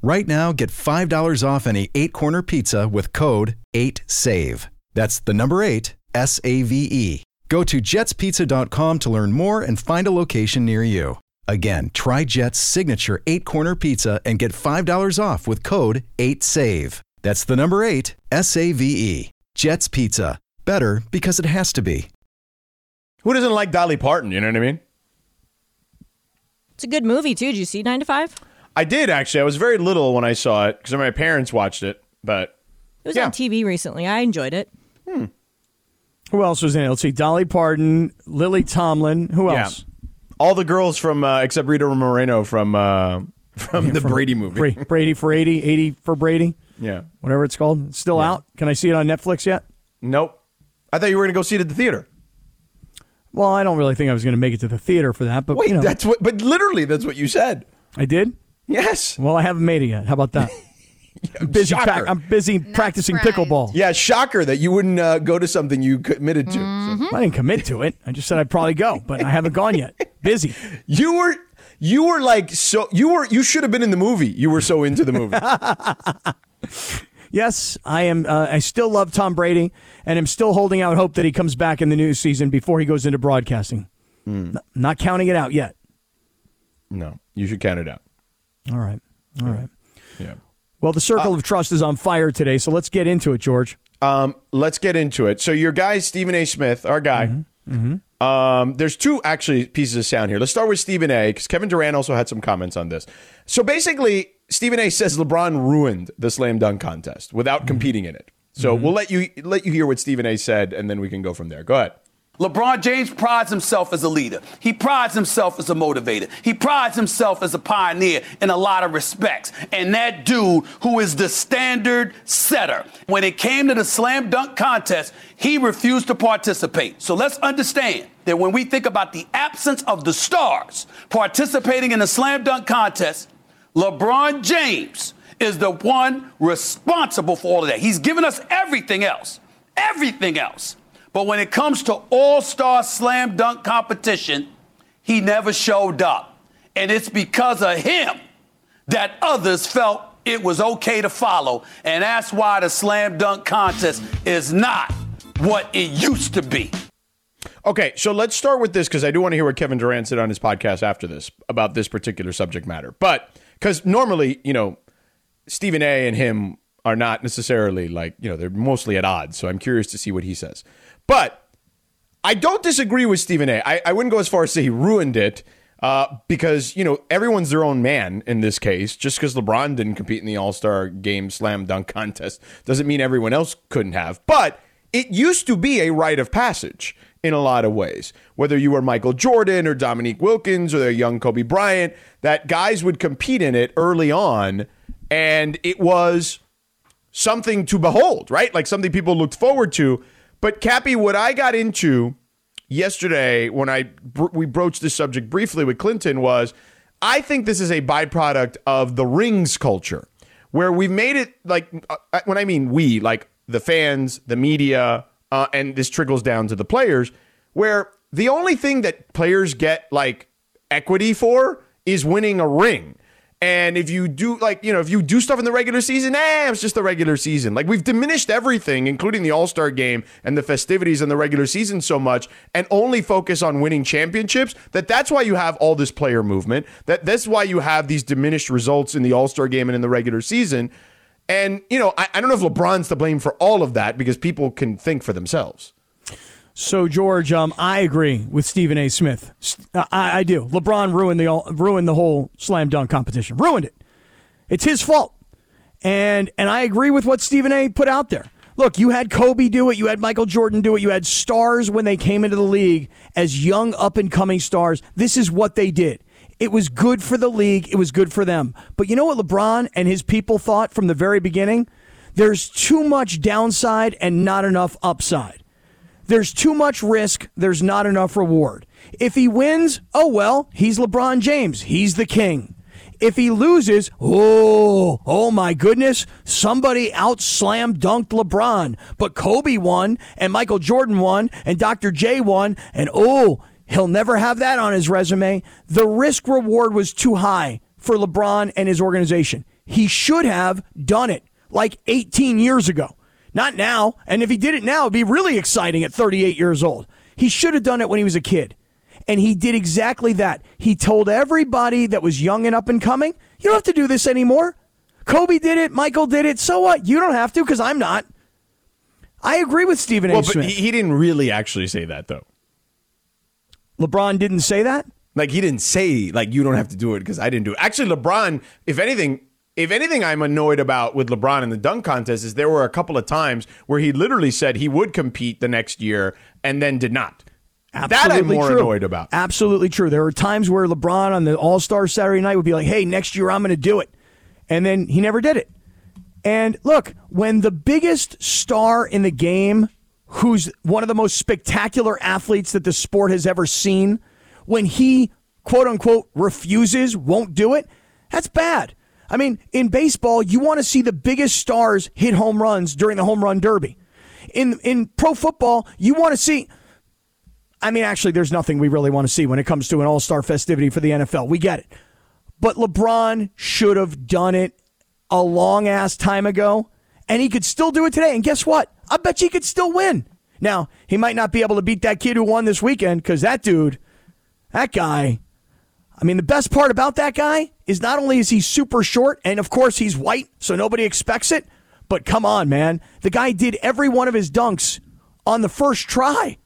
S9: Right now, get $5 off any eight corner pizza with code 8SAVE. That's the number eight, S A V E. Go to jetspizza.com to learn more and find a location near you. Again, try Jet's signature eight corner pizza and get $5 off with code 8SAVE. That's the number eight, S A V E. Jet's Pizza. Better because it has to be.
S4: Who doesn't like Dolly Parton? You know what I mean?
S10: It's a good movie too. Did you see Nine to Five?
S4: I did actually. I was very little when I saw it because my parents watched it, but
S10: It was
S4: Yeah.
S10: on TV recently. I enjoyed it.
S5: Who else was in it? Let's see. Dolly Parton, Lily Tomlin. Who else?
S4: yeah. All the girls from, uh, except Rita Moreno from uh, from the Brady movie.
S5: Bra- Brady for 80, 80 for Brady,
S4: Yeah.
S5: whatever it's called. It's still out. Can I see it on Netflix yet?
S4: Nope. I thought you were going to go see it at the theater.
S5: Well, I don't really think I was going to make it to the theater for that, but
S4: Wait,
S5: you know,
S4: that's what, but literally, that's what you said.
S5: I did.
S4: Yes.
S5: Well, I haven't made it yet. How about that? I'm busy.
S4: Shocker.
S5: prac- I'm busy practicing pickleball.
S4: Yeah, shocker that you wouldn't uh, go to something you committed to. So-
S5: Mm-hmm. I didn't commit to it. I just said I'd probably go, but I haven't gone yet. Busy.
S4: You were you were like so you were you should have been in the movie. You were so into the movie.
S5: Mm. Yes, I am. Uh, I still love Tom Brady, and I'm still holding out hope that he comes back in the new season before he goes into broadcasting. N- not counting it out yet.
S4: no, you should count it out.
S5: All right. All right.
S4: Yeah. Uh,
S5: Well, the circle of trust is on fire today, so let's get into it, George.
S4: Um, let's get into it. So your guy Stephen A. Smith, our guy.
S5: Mm-hmm.
S3: Mm-hmm.
S4: Um, there's two actually pieces of sound here. Let's start with Stephen A. Because Kevin Durant also had some comments on this. So basically, Stephen A. says LeBron ruined the slam dunk contest without competing in it. So we'll let you let you hear what Stephen A. said, and then we can go from there. Go ahead.
S11: LeBron James prides himself as a leader. He prides himself as a motivator. He prides himself as a pioneer in a lot of respects. And that dude who is the standard setter. When it came to the slam dunk contest, he refused to participate. So let's understand that when we think about the absence of the stars participating in the slam dunk contest, LeBron James is the one responsible for all of that. He's given us everything else. Everything else. But when it comes to all star slam dunk competition, he never showed up. And it's because of him that others felt it was okay to follow. And that's why the slam dunk contest is not what it used to be.
S4: Okay, so let's start with this because I do want to hear what Kevin Durant said on his podcast after this about this particular subject matter. But because normally, you know, Stephen A and him are not necessarily like, you know, they're mostly at odds. So I'm curious to see what he says. But I don't disagree with Stephen A. I, I wouldn't go as far as to say he ruined it uh, because, you know, everyone's their own man in this case. Just because LeBron didn't compete in the All Star game slam dunk contest doesn't mean everyone else couldn't have. But it used to be a rite of passage in a lot of ways. Whether you were Michael Jordan or Dominique Wilkins or the young Kobe Bryant, that guys would compete in it early on. And it was something to behold, right? Like something people looked forward to. But Cappy, what I got into yesterday when I br- we broached this subject briefly with Clinton was I think this is a byproduct of the rings culture where we've made it like uh, uh, when I mean we, like the fans, the media, uh, and this trickles down to the players, where the only thing that players get like equity for is winning a ring. And if you do like, you know, if you do stuff in the regular season, eh, it's just the regular season. Like we've diminished everything, including the All-Star game and the festivities in the regular season so much and only focus on winning championships that that's why you have all this player movement. That that's why you have these diminished results in the All-Star game and in the regular season. And, you know, I, I don't know if LeBron's to blame for all of that because people can think for themselves.
S5: So George, um, I agree with Stephen A. Smith. S- uh, I, I do. LeBron ruined the all, ruined the whole slam dunk competition. Ruined it. It's his fault. And and I agree with what Stephen A. put out there. Look, you had Kobe do it. You had Michael Jordan do it. You had stars when they came into the league as young up and coming stars. This is what they did. It was good for the league. It was good for them. But you know what LeBron and his people thought from the very beginning? There's too much downside and not enough upside. There's too much risk. There's not enough reward. If he wins, oh well, he's LeBron James. He's the king. If he loses, oh, oh my goodness, somebody out slam dunked LeBron. But Kobe won, and Michael Jordan won, and Dr. J won, and oh, he'll never have that on his resume. The risk reward was too high for LeBron and his organization. He should have done it like 18 years ago. Not now. And if he did it now, it'd be really exciting at 38 years old. He should have done it when he was a kid. And he did exactly that. He told everybody that was young and up and coming, you don't have to do this anymore. Kobe did it. Michael did it. So what? You don't have to because I'm not. I agree with Stephen
S4: well,
S5: A.
S4: but
S5: Smith.
S4: he, he didn't really actually say that though.
S5: LeBron didn't say that?
S4: Like he didn't say like you don't have to do it because I didn't do it. Actually, LeBron, if anything, if anything, I'm annoyed about with LeBron in the dunk contest is there were a couple of times where he literally said he would compete the next year and then did not. that I'm
S5: Absolutely
S4: more
S5: true.
S4: annoyed about.
S5: Absolutely true. There were times where LeBron on the All Star Saturday night would be like, hey, next year I'm going to do it. And then he never did it. And look, when the biggest star in the game, who's one of the most spectacular athletes that the sport has ever seen, when he quote unquote refuses, won't do it, that's bad. I mean, in baseball, you want to see the biggest stars hit home runs during the home run derby. In in pro football, you want to see I mean, actually, there's nothing we really want to see when it comes to an all star festivity for the NFL. We get it. But LeBron should have done it a long ass time ago, and he could still do it today. And guess what? I bet you he could still win. Now, he might not be able to beat that kid who won this weekend because that dude, that guy, I mean, the best part about that guy is not only is he super short, and of course he's white, so nobody expects it, but come on, man. The guy did every one of his dunks on the first try.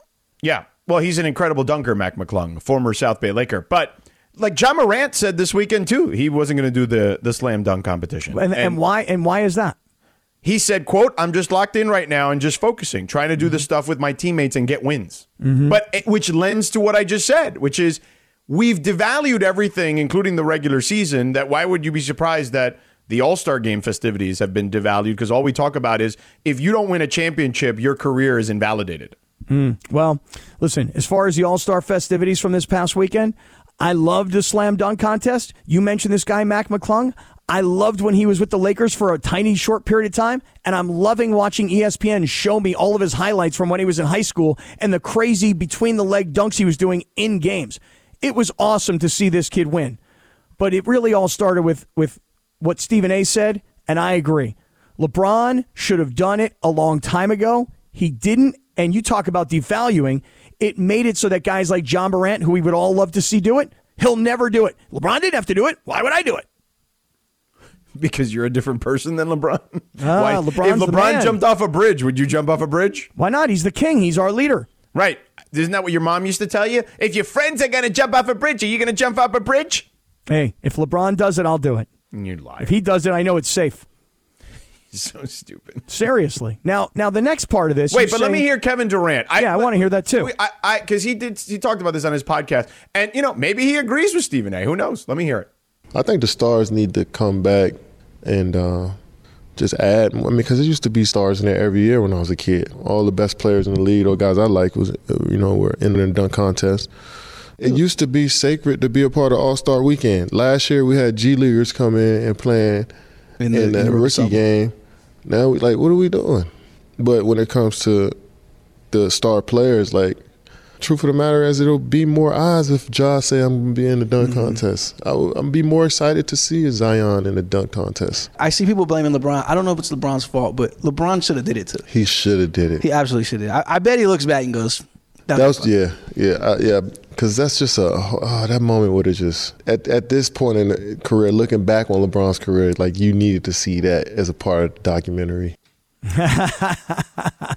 S4: Yeah. Well, he's an incredible dunker, Mac McClung, former South Bay Laker. But like John Morant said this weekend too, he wasn't going to do the the slam dunk competition.
S5: And, and, why and why is that?
S4: he said, "quote I'm just locked in right now and just focusing, trying to do
S5: Mm-hmm.
S4: the stuff with my teammates and get wins." But it- which lends to what I just said, which is we've devalued everything, including the regular season. That why would you be surprised that the All Star Game festivities have been devalued? Because all we talk about is if you don't win a championship, your career is invalidated.
S5: Mm, well, listen, as far as the All Star festivities from this past weekend, I loved the slam dunk contest. You mentioned this guy, Mac McClung. I loved when he was with the Lakers for a tiny short period of time, and I'm loving watching E ESPN show me all of his highlights from when he was in high school and the crazy between the leg dunks he was doing in games. It was awesome to see this kid win. But it really all started with, with what Stephen A said, and I agree. LeBron should have done it a long time ago. He didn't, and you talk about devaluing. It made it so that guys like John Morant, who we would all love to see do it, he'll never do it. LeBron didn't have to do it. Why would I do it?
S4: Because you're a different person than LeBron.
S5: Ah,
S4: Why-
S5: LeBron's
S4: if
S5: the
S4: LeBron
S5: man.
S4: jumped off a bridge, would you jump off a bridge?
S5: Why not? He's the king. He's our leader.
S4: Right. Isn't that what your mom used to tell you? If your friends are going to jump off a bridge, are you going to jump off a bridge?
S5: Hey, if LeBron does it, I'll do it.
S4: You lie.
S5: If he does it, I know it's safe.
S4: so stupid.
S5: Seriously. Now, now the next part of this.
S4: Wait,
S5: you're
S4: but let me
S5: saying-
S4: hear Kevin Durant. I,
S5: yeah, I want to hear that too.
S4: I, because he did, he talked about this on his podcast, and you know, maybe he agrees with Stephen A. Who knows? Let me hear it.
S12: I think the stars need to come back and uh, just add. I mean, because there used to be stars in there every year when I was a kid. All the best players in the league, or guys I like, was you know were in the dunk contest. It used to be sacred to be a part of All Star Weekend. Last year we had G leaguers come in and playing in,
S13: the-
S12: that
S13: in the
S12: rookie
S13: summer.
S12: game. Now we like, what are we doing? But when it comes to the star players, like truth of the matter is, it'll be more eyes if Ja say I'm gonna be in the dunk contest. I will, I'm be more excited to see a Zion in the dunk contest.
S13: I see people blaming LeBron. I don't know if it's LeBron's fault, but LeBron should have did it too.
S12: He should have did it.
S13: He absolutely should have. I, I bet he looks back and goes,
S12: That, was, yeah, yeah, uh, yeah. Because that's just a oh, that moment would have just at at this point in the career, looking back on LeBron's career, like you needed to see that as a part of the documentary.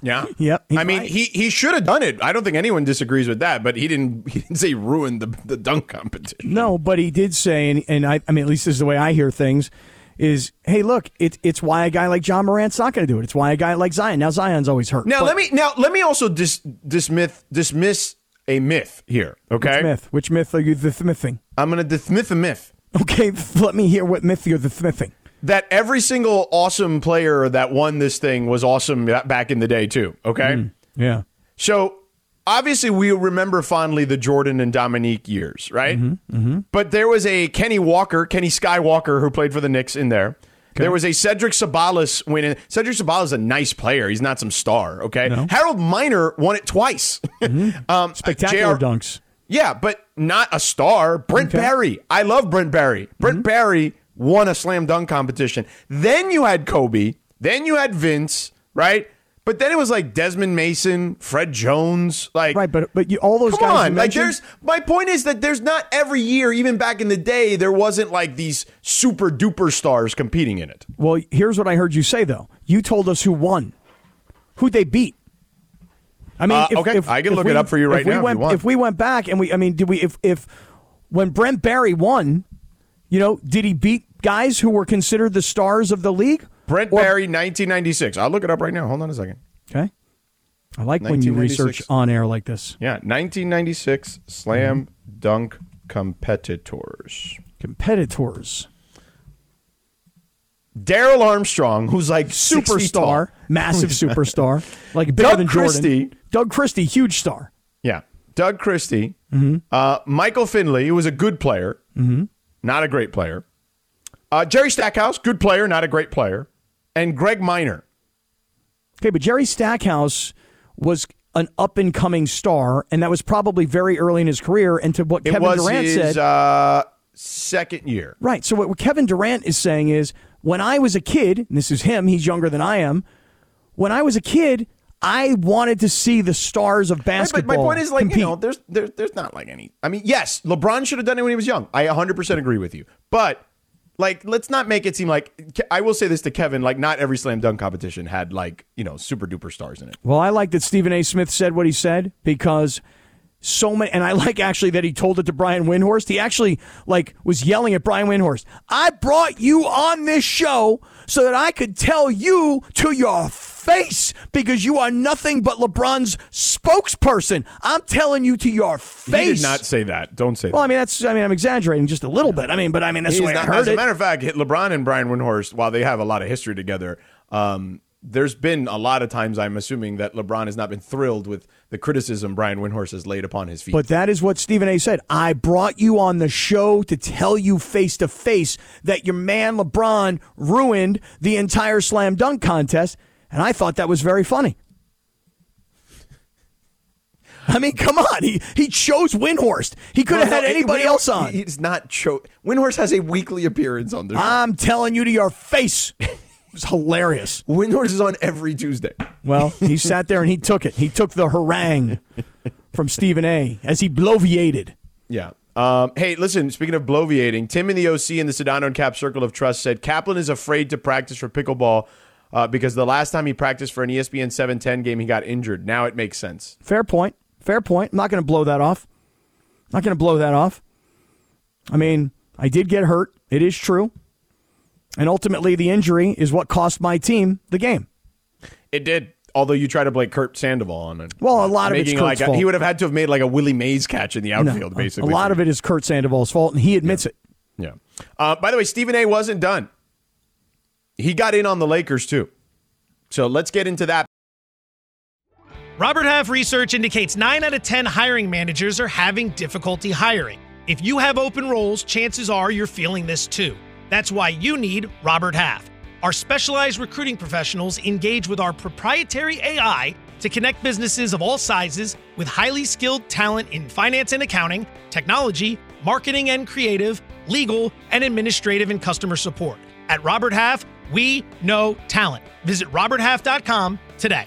S4: Yeah.
S5: Yep.
S4: I mean, he, he should have done it. I don't think anyone disagrees with that, but he didn't he didn't say he ruined the, the dunk competition.
S5: No, but he did say, and, and I, I mean, at least this is the way I hear things, is hey, look, it, it's why a guy like John Morant's not going to do it. It's why a guy like Zion. Now Zion's always hurt.
S4: Now
S5: but-
S4: let me now let me also dis, dismiss dismiss a myth here. Okay.
S5: Which myth? Which myth are you the smithing?
S4: I'm gonna dismiss a myth.
S5: Okay, let me hear what myth you're the smithing.
S4: that every single awesome player that won this thing was awesome ba- back in the day too. Okay,
S5: Yeah.
S4: so obviously we remember fondly the Jordan and Dominique years, right?
S5: Mm-hmm.
S4: But there was a Kenny Walker, Kenny Skywalker, who played for the Knicks in there. There was a Cedric Sabalas winning. Cedric Sabalas is a nice player. He's not some star. Okay, Harold Miner won it twice. um,
S5: Mm-hmm. Spectacular
S4: JR
S5: dunks.
S4: yeah, but not a star. Brent Barry. I love Brent Barry.
S5: Mm-hmm.
S4: Brent Barry won a slam dunk competition. Then you had Kobe. Then you had Vince, right? But then it was like Desmond Mason, Fred Jones, like right.
S5: But but you, all those
S4: come
S5: guys you
S4: on, like
S5: mentioned-
S4: there's my point is that there's not every year, even back in the day, there wasn't like these super duper stars competing in it.
S5: Well, here's what I heard you say though. You told us who won, who they beat. I mean,
S4: Uh,
S5: if-
S4: okay,
S5: if-
S4: I can
S5: if
S4: look
S5: we-
S4: it up for you right
S5: if we
S4: now if you
S5: went-
S4: want.
S5: If we went back and we, I mean, did we? If if when Brent Barry won, you know, did he beat guys who were considered the stars of the league?
S4: Brent Barry, 1996. I'll look it up right now. Hold on a second.
S5: Okay, I like when you research
S4: 1996.
S5: on air like this.
S4: Yeah, 1996 slam
S5: Mm-hmm.
S4: dunk competitors.
S5: Competitors.
S4: Daryl Armstrong, who's like six feet tall.
S5: Superstar, massive superstar, like bigger
S4: Doug
S5: than Jordan.
S4: Christie.
S5: Doug Christie, huge star.
S4: Yeah, Doug Christie,
S5: Mm-hmm.
S4: uh, Michael Finley, who was a good player, not a great player. Uh, Jerry Stackhouse, good player, not a great player, and Greg Miner.
S5: Okay, but Jerry Stackhouse was an up and coming star, and that was probably very early in his career. And to what
S4: It
S5: Kevin
S4: was
S5: Durant
S4: his
S5: said,
S4: uh, second year.
S5: right? So what Kevin Durant is saying is, when I was a kid, and this is him, he's younger than I am. When I was a kid, I wanted to see the stars of
S4: Right, but
S5: basketball.
S4: my point is like
S5: compete.
S4: you know, there's there, there's not like any. I mean, yes, LeBron should have done it when he was young. I 100 percent agree with you, but. Like, let's not make it seem like Ke- I will say this to Kevin. Like, not every slam dunk competition had like you know super duper stars in it.
S5: Well, I like that Stephen A. Smith said what he said because so many, and I like actually that he told it to Brian Windhorst. He actually like was yelling at Brian Windhorst. I brought you on this show so that I could tell you to your face because you are nothing but LeBron's spokesperson. I'm telling you to your face.
S4: He did not say that. Don't say
S5: Well,
S4: that.
S5: I mean that's I mean I'm exaggerating just a little bit. I mean, but I mean that's
S4: He's
S5: the way
S4: not-
S5: I heard
S4: as a
S5: it.
S4: matter of fact, LeBron and Brian Windhorst, while they have a lot of history together, um, there's been a lot of times I'm assuming that LeBron has not been thrilled with the criticism Brian Windhorst has laid upon his feet.
S5: But that is what Stephen A said. I brought you on the show to tell you face to face that your man LeBron ruined the entire slam dunk contest. And I thought that was very funny. I mean, come on. He he chose Windhorst. He could have
S4: No,
S5: had
S4: no,
S5: anybody
S4: Windhorst-
S5: else on.
S4: he- He's not cho- Windhorst has a weekly appearance on the show.
S5: I'm telling you to your face. It was hilarious.
S4: Windhorst is on every Tuesday.
S5: Well, he sat there and he took it. He took the harangue from Stephen A as he bloviated.
S4: Yeah. Um, hey, listen, speaking of bloviating, Tim in the OC in the Sedano and Cap Circle of Trust said Kaplan is afraid to practice for pickleball uh, because the last time he practiced for an E ESPN 710 game, he got injured. Now it makes sense.
S5: Fair point. Fair point. I'm not going to blow that off. Not going to blow that off. I mean, I did get hurt. It is true. And ultimately, the injury is what cost my team the game.
S4: It did. Although you try to blame Kurt Sandoval on it.
S5: Well, a lot of it's
S4: Making like
S5: Kurt's
S4: a-
S5: fault.
S4: he would have had to have made like a Willie Mays catch in the
S5: No,
S4: outfield,
S5: a-
S4: basically.
S5: A lot of it is Kurt Sandoval's fault, and he admits it.
S4: Yeah. Uh, by the way, Stephen A. wasn't done. He got in on the Lakers too. So let's get into that.
S14: Robert Half research indicates 9 out of 10 hiring managers are having difficulty hiring. If you have open roles, chances are you're feeling this too. That's why you need Robert Half. Our specialized recruiting professionals engage with our proprietary AI to connect businesses of all sizes with highly skilled talent in finance and accounting, technology, marketing and creative, legal, and administrative and customer support. At Robert Half, we know talent. Visit roberthalf.com today.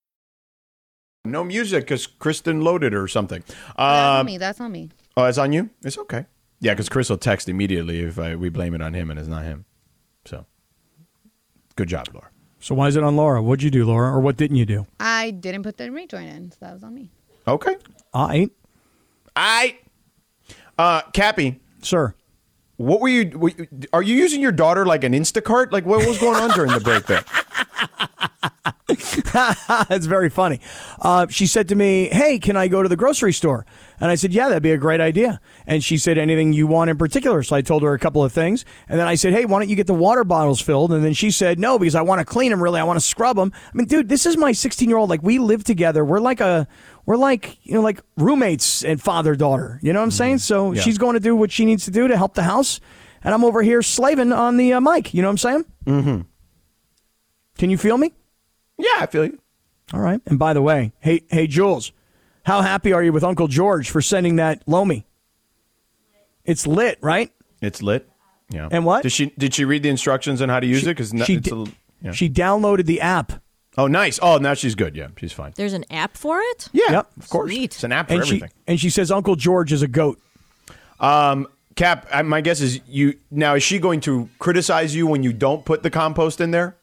S4: No music because Kristen loaded or something.
S7: That's on
S4: Um,
S7: me. That's on me.
S4: oh, it's on you. It's okay. Yeah, because Chris will text immediately if I, we blame it on him and it's not him. So, good job, Laura.
S15: So why is it on Laura? What'd you do, Laura, or what didn't you do?
S7: I didn't put the rejoin in, so that was on me.
S4: Okay.
S15: I ain't.
S4: I. Uh, Cappy.
S15: Sir.
S4: What were you? Were you- are you using your daughter like an Instacart? Like what was going on during the break there?
S5: it's very funny. Uh, she said to me, Hey, can I go to the grocery store? And I said, Yeah, that'd be a great idea. And she said, Anything you want in particular? So I told her a couple of things. And then I said, Hey, why don't you get the water bottles filled? And then she said, No, because I want to clean them really. I want to scrub them. I mean, dude, this is my 16 year old. Like, we live together. We're like a. We're like, you know, like roommates and father daughter. You know what I'm saying? So
S15: Yeah.
S5: she's going to do what she needs to do to help the house. And I'm over here slaving on the uh, mic. You know what I'm saying?
S4: Mm-hmm.
S5: Can you feel me?
S4: Yeah, I feel you.
S5: All right. And by the way, hey, hey, Jules, how happy are you with Uncle George for sending that Lomi? It's lit, right?
S4: It's lit. Yeah.
S5: And what?
S4: Did she did she read the instructions on how to use it? Because
S5: she
S4: it's
S5: di-
S4: a, yeah.
S5: She downloaded the app.
S4: Oh, nice. Oh, now she's good. Yeah, she's fine.
S6: There's an app for it?
S4: Yeah,
S5: Yep.
S4: of course. It's an app for
S5: And she,
S4: everything.
S5: and she says Uncle George is a goat.
S4: Um, Cap, I, my guess is you. Now, is she going to criticize you when you don't put the compost in there?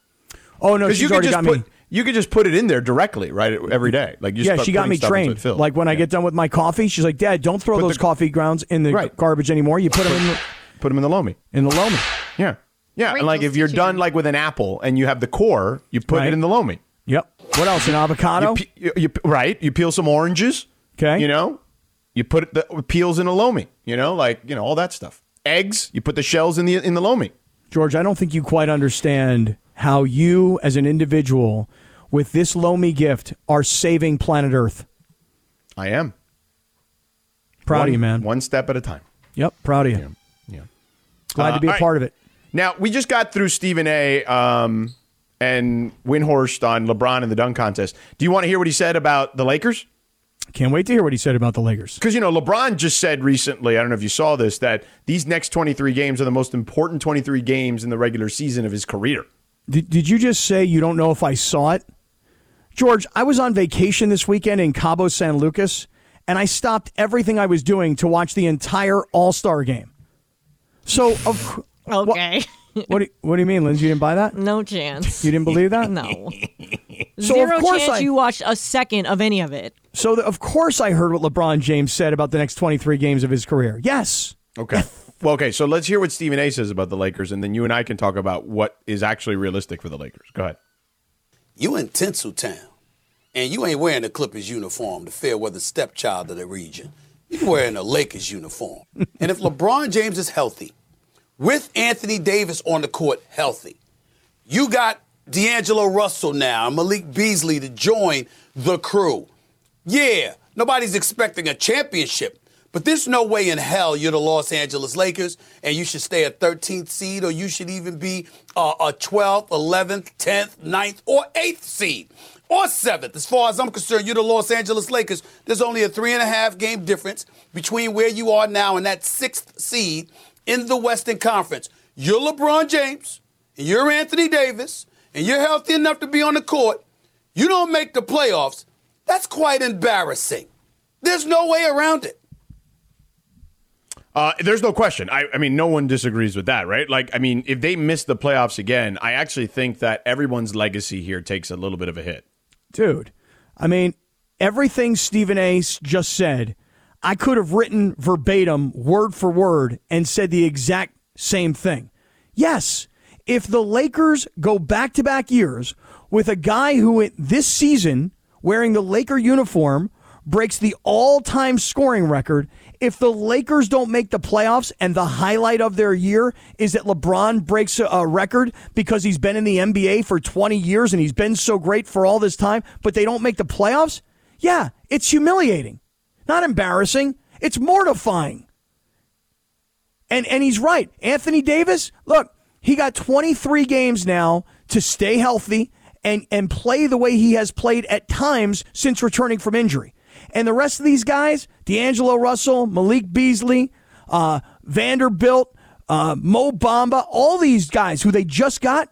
S5: Oh no,
S4: 'Cause
S5: she's
S4: you could
S5: already
S4: just
S5: got
S4: put,
S5: me.
S4: You could just put it in there directly, right? Every day, like you.
S5: yeah,
S4: start
S5: she got
S4: putting
S5: me
S4: stuff until it
S5: trained.
S4: fills.
S5: Like when I get done with my coffee, she's like, "Dad, don't throw those coffee grounds in the garbage anymore. You put them in the
S4: put them in the loamy.
S5: in the loamy."
S4: Yeah, yeah, and like if you're done like with an apple and you have the core, you put
S5: Right.
S4: it in the loamy.
S5: Yep. What else? An avocado.
S4: You, pe- you, you- right. You peel some oranges.
S5: Okay.
S4: You know, you put the peels in a loamy. You know, like you know all that stuff. Eggs. You put the shells in the in the loamy.
S5: George, I don't think you quite understand how you, as an individual, with this Lomi gift, are saving planet Earth.
S4: I am.
S5: Proud
S4: One-
S5: of you, man.
S4: One step at a time.
S5: Yep, proud of you.
S4: Yeah.
S5: Glad
S4: Uh,
S5: to be a
S4: all right.
S5: part of it.
S4: Now we just got through Stephen A. Um, and Winhorst on LeBron in the dunk contest. Do you want to hear what he said about the Lakers?
S5: Can't wait to hear what he said about the Lakers.
S4: Because you know LeBron just said recently, I don't know if you saw this, that these next 23 games are the most important 23 games in the regular season of his career.
S5: Did, did you just say you don't know if I saw it? George, I was on vacation this weekend in Cabo San Lucas, and I stopped everything I was doing to watch the entire All Star game. So, of,
S6: Okay.
S5: what, do you, what do you mean, Lindsay? You didn't buy that?
S6: No chance.
S5: You didn't believe that?
S6: no.
S5: So
S6: Zero
S5: of course
S6: chance
S5: I-
S6: you watched a second of any of it.
S5: So, the, of course, I heard what LeBron James said about the next 23 games of his career. Yes.
S4: Okay. well, okay. So let's hear what Stephen A. says about the Lakers, and then you and I can talk about what is actually realistic for the Lakers. Go ahead.
S11: You in Tinseltown, and you ain't wearing the Clippers uniform, the fair weather stepchild of the region. You wearing a Lakers uniform. and if LeBron James is healthy, with Anthony Davis on the court healthy, you got D'Angelo Russell now and Malik Beasley to join the crew. Yeah, nobody's expecting a championship, but there's no way in hell you're the Los Angeles Lakers and you should stay at 13th seed or you should even be uh, a 12th, 11th, 10th, 9th, or 8th seed or 7th. As far as I'm concerned, you're the Los Angeles Lakers. There's only a three and a half game difference between where you are now and that 6th seed in the Western Conference. You're LeBron James and you're Anthony Davis and you're healthy enough to be on the court. You don't make the playoffs. That's quite embarrassing. There's no way around it.
S4: Uh, there's no question. I, I mean, no one disagrees with that, right? Like, I mean, if they miss the playoffs again, I actually think that everyone's legacy here takes a little bit of a hit.
S5: Dude, I mean, everything Stephen Ace just said, I could have written verbatim, word for word, and said the exact same thing. Yes, if the Lakers go back to back years with a guy who in- this season wearing the Laker uniform breaks the all time scoring record, if the Lakers don't make the playoffs and the highlight of their year is that LeBron breaks a, a record because he's been in the NBA for 20 years and he's been so great for all this time, but they don't make the playoffs, yeah, it's humiliating. Not embarrassing, it's mortifying. And and he's right. Anthony Davis, look, he got 23 games now to stay healthy and and play the way he has played at times since returning from injury. And the rest of these guys, D'Angelo Russell, Malik Beasley, uh, Vanderbilt, uh, Mo Bamba, all these guys who they just got,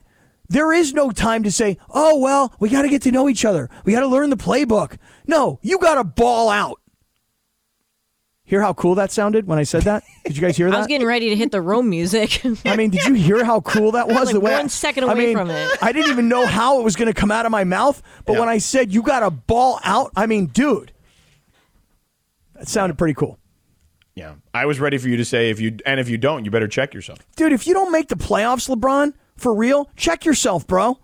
S5: there is no time to say, oh, well, we got to get to know each other. We got to learn the playbook. No, you got to ball out. Hear how cool that sounded when I said that? Did you guys hear
S6: I
S5: that?
S6: was getting ready to hit the Rome music.
S5: I mean, did you hear how cool that was?
S6: Like
S5: the way
S6: one second
S5: I
S6: away
S5: mean,
S6: from it.
S5: I didn't even know how it was going to come out of my mouth, but when I said you got a ball out, I mean, dude, that sounded pretty cool.
S4: Yeah, I was ready for you to say if you and if you don't, you better check yourself.
S5: Dude, if you don't make the playoffs, LeBron, for real, check yourself, bro.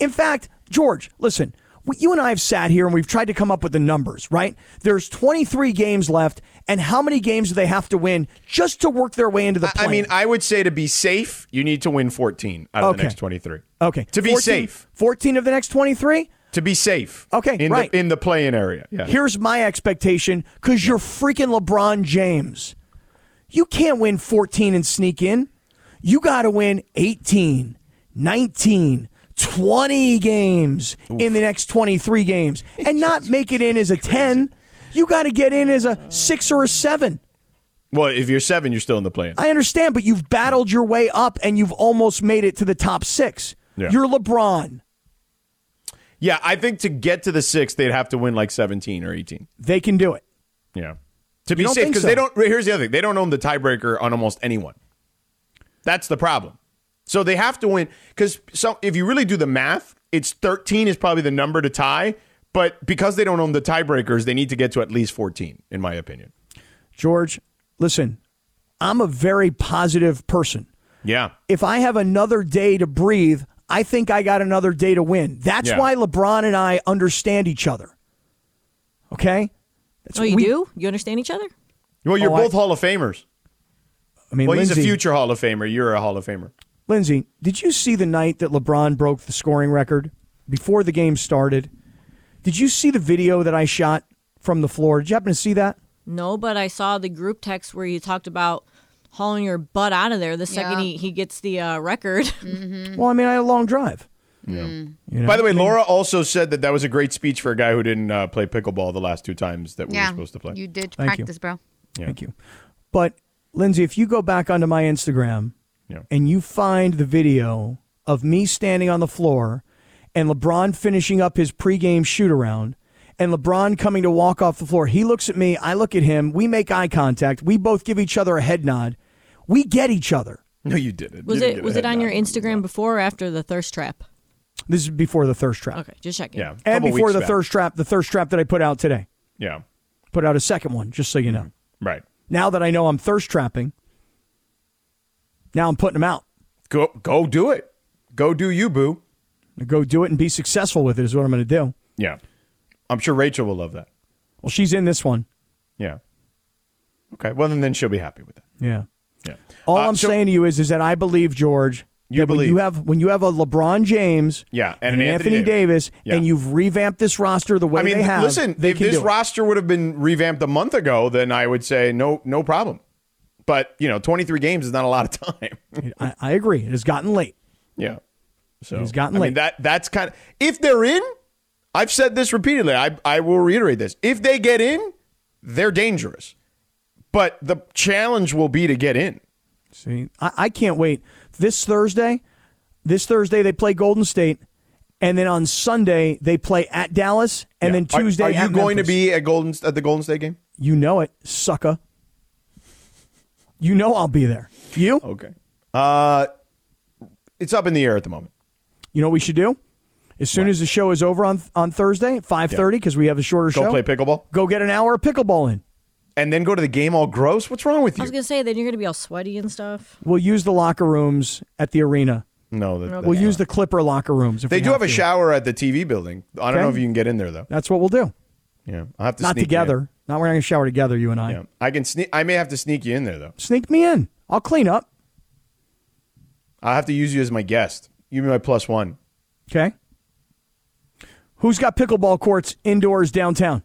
S5: In fact, George, listen, we, you and I have sat here and we've tried to come up with the numbers, right? There's 23 games left, and how many games do they have to win just to work their way into the
S4: I
S5: play?
S4: mean, I would say to be safe, you need to win 14 out of
S5: Okay.
S4: the next 23.
S5: okay.
S4: To be
S5: 14
S4: safe,
S5: 14 of the next 23?
S4: to be safe.
S5: Okay,
S4: in
S5: right.
S4: the in the play-in area. Yeah.
S5: Here's my expectation because you're freaking LeBron James. You can't win 14 and sneak in. You got to win 18, 19, 20 games in the next 23 games and not make it in as a 10. You got to get in as a six or a seven.
S4: Well, if you're seven, you're still in the play-in.
S5: I understand, but you've battled your way up and you've almost made it to the top six.
S4: Yeah.
S5: You're LeBron.
S4: yeah, I think to get to the six, they'd have to win like 17 or 18.
S5: They can do it.
S4: Yeah. To
S5: You
S4: be
S5: don't
S4: safe,
S5: think
S4: because
S5: so?
S4: they don't. Here's the other thing: they don't own the tiebreaker on almost anyone. That's the problem. So they have to win because so if you really do the math, it's 13 is probably the number to tie. But because they don't own the tiebreakers, they need to get to at least 14, in my opinion.
S5: George, listen, I'm a very positive person.
S4: Yeah.
S5: If I have another day to breathe, I think I got another day to win. That's
S6: Yeah.
S5: why LeBron and I understand each other. Okay? That's
S6: oh,
S5: what
S6: you
S5: we-
S6: do? You understand each other?
S4: Well, you're
S5: Oh, I-
S4: both Hall of Famers.
S5: I mean,
S4: well, he's a
S5: Lindsay-
S4: future Hall of Famer. You're a Hall of Famer.
S5: Lindsay, did you see the night that LeBron broke the scoring record before the game started? Did you see the video that I shot from the floor? Did you happen to see that?
S6: No, but I saw the group text where you talked about hauling your butt out of there the second
S7: Yeah.
S6: he, he gets the uh, record.
S5: Well, I mean, I had a long drive.
S4: Yeah.
S5: You know?
S4: By the way, Laura also said that that was a great speech for a guy who didn't uh, play pickleball the last two times that we were
S7: yeah,
S4: supposed to play.
S7: you did
S5: Thank you.
S7: practice, bro.
S5: Thank you. But Lindsay, if you go back onto my Instagram and you find the video of me standing on the floor and LeBron finishing up his pregame shoot around and LeBron coming to walk off the floor, he looks at me, I look at him, we make eye contact, we both give each other a head nod. We get each other.
S4: No, you didn't.
S6: was it was it on your Instagram before or after the thirst trap?
S5: This is before the thirst trap.
S6: Okay, just checking.
S4: Yeah.
S5: And
S4: couple
S5: before
S4: weeks
S5: the
S4: back.
S5: thirst trap, the thirst trap that I put out today.
S4: Yeah.
S5: Put out a second one, just so you know.
S4: Right.
S5: Now that I know I'm thirst trapping, now I'm putting them out.
S4: Go go do it. Go do you, boo.
S5: Go do it and be successful with it is what I'm going to do.
S4: Yeah. I'm sure Rachel will love that.
S5: Well, she's in this one.
S4: Yeah. Okay. Well, then, then she'll be happy with that.
S5: Yeah.
S4: Yeah.
S5: All I'm saying to you is, is that I believe George.
S4: Uh, You
S5: that
S4: believe.
S5: when you have when you have a LeBron James,
S4: Yeah, and
S5: and,
S4: an
S5: an
S4: Anthony
S5: Anthony,
S4: Davis.
S5: Davis,
S4: Yeah.
S5: and you've revamped this roster the way
S4: I mean,
S5: they have,
S4: listen,
S5: they
S4: if
S5: can
S4: this
S5: do it.
S4: roster would have been revamped a month ago, then I would say no, no problem. But, you know, 23 games is not a lot of time.
S5: I, I agree. It has gotten late.
S4: Yeah. So
S5: He's gotten
S4: I mean,
S5: late.
S4: that that's kind of if they're in. I've said this repeatedly. I I will reiterate this. If they get in, they're dangerous. But the challenge will be to get in.
S5: See, I, I can't wait. This Thursday, this Thursday they play Golden State, and then on Sunday they play at Dallas, and then
S4: Are-
S5: Tuesday
S4: Are, you
S5: at
S4: going to
S5: Memphis.
S4: be at Golden at the Golden State game?
S5: You know it, sucker. You know I'll be there. You?
S4: Okay. Uh, it's up in the air at the moment.
S5: You know what we should do? As soon as the show is over on on Thursday, five thirty, because we have a shorter
S4: Go
S5: show.
S4: play pickleball.
S5: Go get an hour of pickleball in.
S4: And then go to the game all gross. What's wrong with
S6: I
S4: you?
S6: was gonna say then you're gonna be all sweaty and stuff.
S5: We'll use the locker rooms at the arena.
S4: No, that,
S5: we'll use the Clipper locker rooms. If
S4: they
S5: we
S4: do have a
S5: to.
S4: shower at the TV building. I don't know if
S5: Okay.
S4: you can get in there though.
S5: That's what we'll do.
S4: Yeah, I have to.
S5: Not
S4: sneak you in.
S5: together. Not we're not gonna shower together, you and I.
S4: Yeah, I can sneak. I may have to sneak you in there though.
S5: Sneak me in. I'll clean up.
S4: I'll have to use you as my guest. You be my plus one.
S5: Okay. Who's got pickleball courts indoors downtown?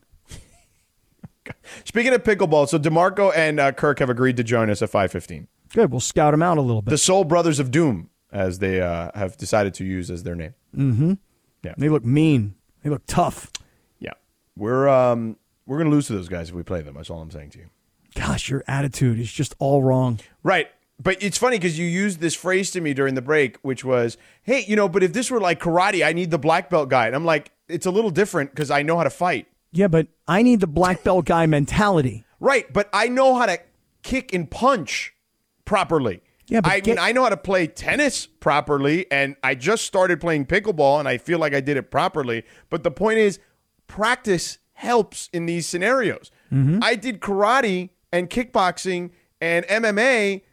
S4: Speaking of pickleball, so Demarco and uh, Kirk have agreed to join us at five fifteen.
S5: Good. We'll scout them out a little
S4: The
S5: bit.
S4: Soul Brothers of Doom, as they uh, have decided to use as their name.
S5: mm-hmm.
S4: Yeah.
S5: They look mean. They look tough.
S4: Yeah, we're um, we're gonna lose to those guys if we play them. That's all I'm saying to you.
S5: Gosh, your attitude is just all wrong.
S4: Right. But it's funny because you used this phrase to me during the break, which was, hey, you know, but if this were like karate, I need the black belt guy. And I'm like, it's a little different because I know how to fight.
S5: Yeah, but I need the black belt guy mentality.
S4: Right. But I know how to kick and punch properly.
S5: Yeah, but
S4: I
S5: get-
S4: mean, I know how to play tennis properly. And I just started playing pickleball and I feel like I did it properly. But the point is, practice helps in these scenarios.
S5: Mm-hmm.
S4: I did karate and kickboxing and MMA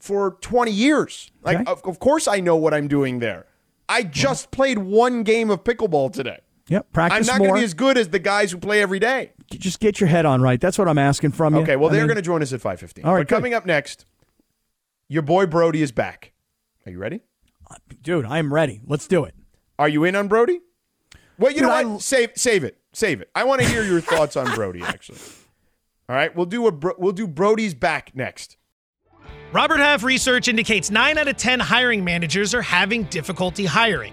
S4: for 20 years. Like, of, of course, I know what I'm doing there. I just played one game of pickleball today.
S5: Yep. Practice
S4: I'm not
S5: more.
S4: to be as good as the guys who play every day.
S5: just get your head on right. That's what I'm asking from you.
S4: Okay, well,
S5: I
S4: they're
S5: mean,
S4: going to join us at 5.15.
S5: All right,
S4: but
S5: good.
S4: coming up next, your boy Brody is back. Are you ready?
S5: Dude, I'm ready. Let's do it.
S4: Are you in on Brody? Well, you
S5: Dude,
S4: know what? Save, save it. Save it. I want to hear your thoughts on Brody, actually. All right, we'll do a Bro- we'll do Brody's back next.
S14: Robert Half research indicates 9 out of 10 hiring managers are having difficulty hiring.